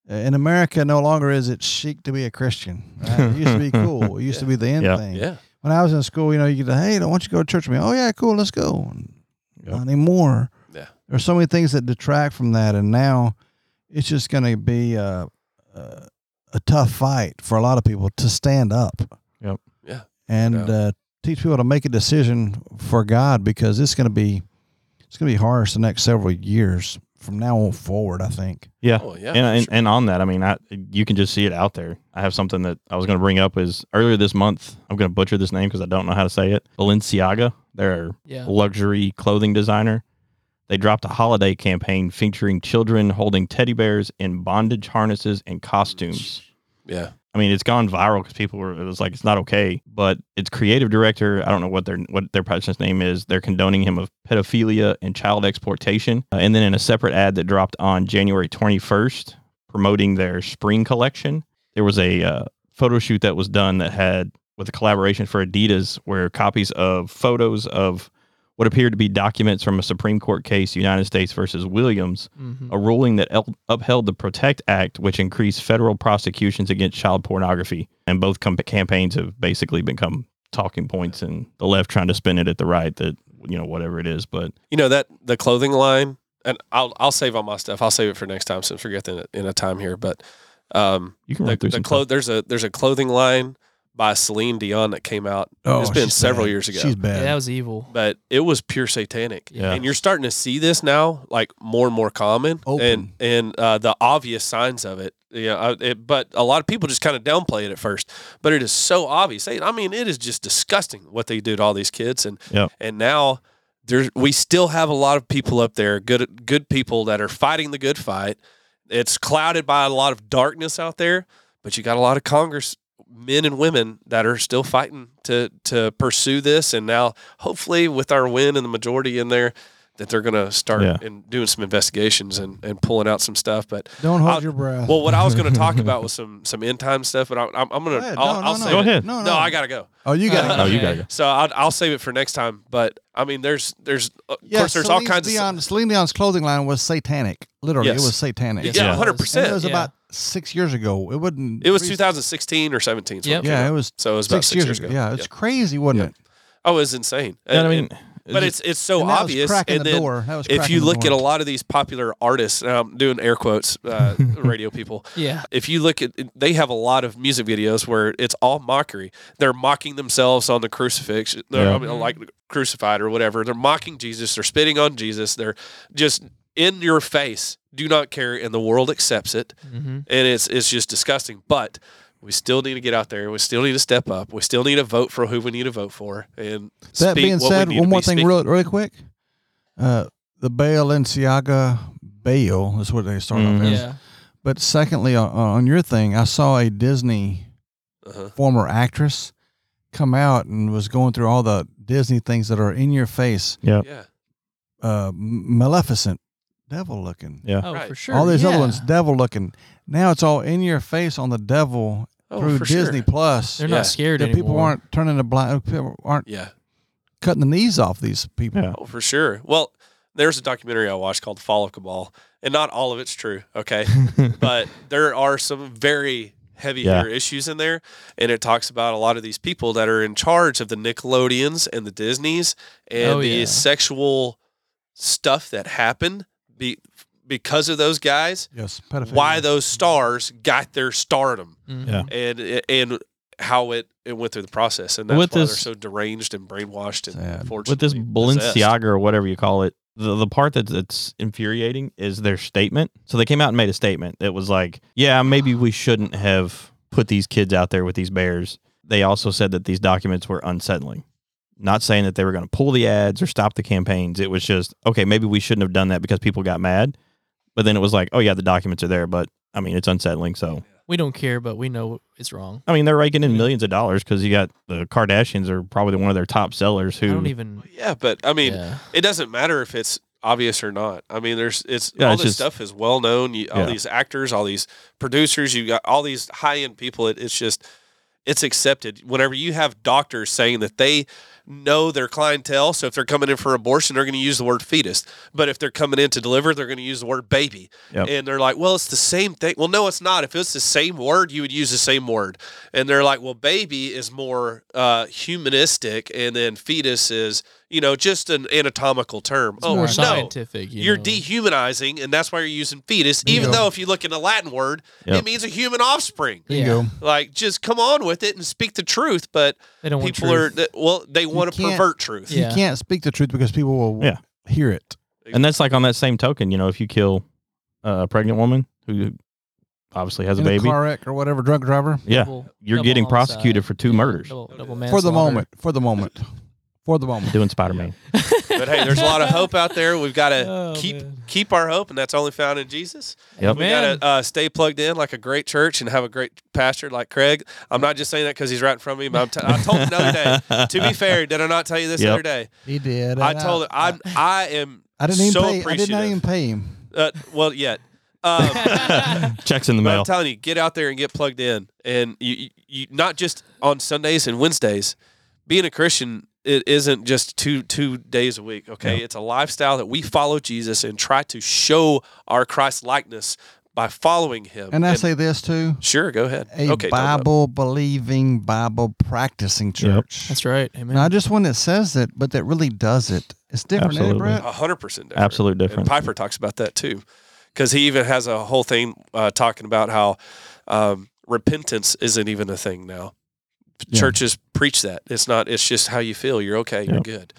uh, In America, no longer is it chic to be a Christian. right? It used to be cool. It used to be the end
Yeah.
thing
Yeah.
when I was in school, you know, you could say, hey, don't want you to go to church with me? Oh yeah, cool, let's go.
Yep.
Not anymore.
Yeah.
There's so many things that detract from that, and now it's just going to be uh, uh, a tough fight for a lot of people to stand up.
Yep.
Yeah.
And
Yeah.
uh, teach people to make a decision for God because it's going to be it's going to be harsh the next several years from now on forward. I think.
Yeah.
Oh yeah.
and, and,
sure.
and on that, I mean, I you can just see it out there. I have something that I was going to bring up is earlier this month. I'm going to butcher this name because I don't know how to say it. Balenciaga, their
Yeah.
luxury clothing designer, they dropped a holiday campaign featuring children holding teddy bears in bondage harnesses and costumes.
yeah.
I mean, it's gone viral because people were. It was like it's not okay, but its creative director. I don't know what their what their person's name is. They're condoning him of pedophilia and child exploitation. Uh, and then in a separate ad that dropped on January 21st, promoting their spring collection, there was a uh, photo shoot that was done that had with a collaboration for Adidas, where copies of photos of what appeared to be documents from a Supreme Court case, United States versus Williams,
Mm-hmm.
a ruling that el- upheld the Protect Act, which increased federal prosecutions against child pornography. And both com- campaigns have basically become talking points, and the left trying to spin it at the right that you know whatever it is. But
You know that the clothing line, and I'll I'll save all my stuff. I'll save it for next time since we're getting in a time here. But um,
you can
the,
run through
the
some
clo- there's a there's a clothing line by Celine Dion that came out. it's been
Oh, she's
several
bad.
years ago,
She's
Yeah,
bad.
that was evil.
but it was pure satanic.
Yeah.
And you're starting to see this now, like more and more common,
Open.
and and uh, the obvious signs of it. You know, I- it, but a lot of people just kind of downplay it at first, but it is so obvious. They- I mean, it is just disgusting what they do to all these kids, and
Yeah.
and now there's we still have a lot of people up there, good good people that are fighting the good fight. It's clouded by a lot of darkness out there, but you got a lot of Congress men and women that are still fighting to to pursue this, and now hopefully with our win and the majority in there, that they're going to start
Yeah.
and doing some investigations and, and pulling out some stuff. But
Don't hold
I'll-
your breath.
well, what I was going to talk about was some some end time stuff, but I, I'm, I'm going
Go
to
ahead.
I'll,
No, no,
I'll
no.
save
Go
it.
ahead.
No, no.
No, I got Uh, to go.
Oh, you got
Oh,
it.
you gotta go.
So I'll, I'll save it for next time. But I mean, there's there's of
Yeah,
course there's all
Celine
kinds of
Dion, Celine Dion's clothing line was satanic. Literally,
Yes.
it was satanic.
yeah,
Yes, it was.
hundred
And it
percent.
was
Yeah.
about six years ago. It wouldn't.
It was
three-
2016 or 17. 's when
Yep.
came
Yeah,
out.
it was
so it was about
six, years, ago. Yeah, it's crazy, wasn't
Yeah.
it?
Oh, it was insane.
Yeah, I
And-
mean,
but it's it's so
And that was
obvious.
cracking
and
the
then
door. That was
if
cracking
you
the
look
door.
at a lot of these popular artists, and I'm doing air quotes, uh, radio people.
Yeah.
If you look at, they have a lot of music videos where it's all mockery. They're mocking themselves on the crucifix, they're,
Yeah.
I mean, like crucified or whatever. They're mocking Jesus. They're spitting on Jesus. They're just in your face. Do not care, and the world accepts it
Mm-hmm.
and it's it's just disgusting. But we still need to get out there. We still need to step up. We still need to vote for who we need to vote for. And
That
speak
being
what we
said,
need to
one
be
more thing,
speaking.
real, really quick. Uh, the Balenciaga Bale is what they start
Mm-hmm.
off
Mhm.
as.
Yeah.
But secondly, on, on your thing, I saw a Disney
Uh-huh.
former actress come out and was going through all the Disney things that are in your face.
yeah,
Yeah,
Uh, M- Maleficent, devil looking.
yeah.
Oh,
Right.
for sure.
all these other
yeah.
ones, devil looking. Now it's all in your face on the devil
oh,
through
for
Disney
Sure.
Plus.
They're
Yeah.
not scared
The
anymore.
people aren't turning a blind, people aren't
Yeah,
cutting the knees off these people.
Yeah.
oh for sure. Well, there's a documentary I watched called "The Fall of Cabal," and not all of it's true. Okay, but there are some very heavy
Yeah.
hitter issues in there and it talks about a lot of these people that are in charge of the Nickelodeons and the Disneys and
Oh,
the
yeah.
sexual stuff that happened be, because of those guys
Yes, pedophilia.
why those stars got their stardom
Mhm.
Yeah.
and and how it, it went through the process and that's
With
why they're
this-
so deranged and brainwashed and
Sad.
unfortunately
with this
possessed.
Balenciaga or whatever you call it, the, the part that, that's infuriating is their statement. So they came out and made a statement that was like, yeah, maybe we shouldn't have put these kids out there with these bears. They also said that these documents were unsettling. Not saying that they were going to pull the ads or stop the campaigns. It was just, okay, maybe we shouldn't have done that because people got mad. But then it was like, oh, yeah, the documents are there. But I mean, it's unsettling. So,
We don't care, but we know it's wrong.
I mean, they're raking in millions of dollars because you got the Kardashians are probably one of their top sellers
I
who
don't even.
yeah but i mean
yeah.
it doesn't matter if it's obvious or not. I mean, there's it's
Yeah,
all
it's
this
just-
stuff is well known. You, all
Yeah.
these actors, all these producers, you got all these high end people. It, it's just it's accepted. Whenever you have doctors saying that they know their clientele, so if they're coming in for abortion, they're going to use the word fetus. But if they're coming in to deliver, they're going to use the word baby.
Yep.
And they're like, well, it's the same thing. Well, no, it's not. If it's the same word, you would use the same word. And they're like, well, baby is more uh, humanistic, and then fetus is, you know, just an anatomical term.
It's
oh,
more
no.
scientific. You
You're
know.
dehumanizing, and that's why you're using fetus. Even
Bingo.
though, if you look in the Latin word,
Yep.
it means a human offspring.
Yeah.
Bingo.
Like, just come on with it and speak the truth. But
They don't
people are,
want truth.
th- well, they want to
can't-
pervert truth.
Yeah.
You can't speak the truth because people will
Yeah.
hear it.
And that's like on that same token, you know, if you kill uh, a pregnant woman who obviously has a
In
baby,
car wreck or whatever, drunk driver.
yeah,
Double-
you're
double
getting
homicide.
prosecuted for two
Yeah,
murders
Double, double
For the
manslaughter.
moment. For the moment. For the moment.
doing Spider Man.
But hey, there's a lot of hope out there. We've got to
Oh,
keep
man.
keep our hope, and that's only found in Jesus.
Yep.
We
Man.
got to uh, stay plugged in like a great church and have a great pastor like Craig. I'm not just saying that because he's right in front of me, but I'm t- I told him the other day. To be fair, did I not tell you this the
Yep.
other day?
He did.
I
and
told him I'm, I am
I didn't even
so
pay. I did not
appreciative.
even pay him.
Uh, well, yet. Um,
Checks in the
but I'm
mail.
telling you, get out there and get plugged in, and you, you, you not just on Sundays and Wednesdays. Being a Christian, it isn't just two two days a week. Okay, it's a lifestyle that we follow Jesus and try to show our Christ likeness by following Him.
And I say this too:
sure, go ahead.
a
okay, time's up.
Bible believing, Bible practicing church.
That's right. Amen.
Not just one that says it, but that really does it. It's different, ain't it,
Absolutely.
Brett?
A hundred percent different.
Absolute
And
difference.
Piper talks about that too, because he even has a whole thing uh, talking about how um, repentance isn't even a thing now.
Yeah.
Churches preach that it's not. It's just how you feel. You're okay. You're
Yep.
good,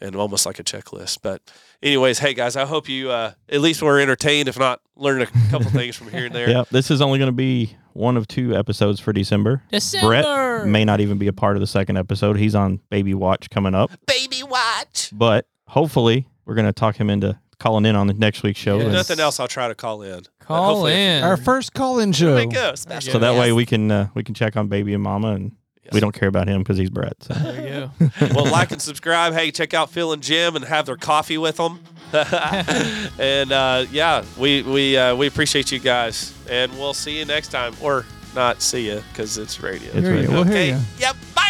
and almost like a checklist. But, anyways, hey guys, I hope you uh, at least were entertained, if not learned a couple things from here and there.
Yeah, this is only going to be one of two episodes for December.
December.
Brett may not even be a part of the second episode. He's on Baby Watch coming up,
Baby watch.
but hopefully we're going to talk him into calling in on the next week's show.
Yes.
and-
Nothing else. I'll try to call in.
Call
hopefully-
in.
Our first call-in
There
show.
we go. Special
So that way
guest.
we can uh, we can check on baby and mama, and we don't care about him because he's Brett. So.
there you go.
well, like and subscribe. Hey, check out Phil and Jim and have their coffee with them. and uh, yeah, we we uh, we appreciate you guys, and we'll see you next time, or not see you because it's radio.
It's
Hear you.
radio.
We'll hear
okay.
you.
Yeah. Bye.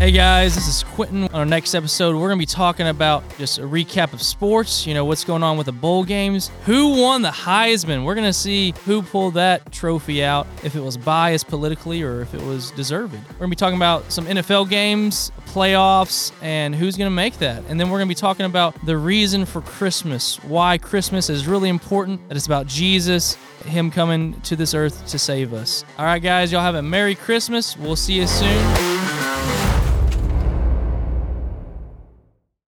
Hey guys, this is Quentin. On our next episode, we're going to be talking about just a recap of sports, you know, what's going on with the bowl games, who won the Heisman. We're going to see who pulled that trophy out, if it was biased politically or if it was deserved. We're going to be talking about some NFL games, playoffs, and who's going to make that. And then we're going to be talking about the reason for Christmas, why Christmas is really important, that it's about Jesus, him coming to this earth to save us. All right, guys, y'all have a Merry Christmas. We'll see you soon.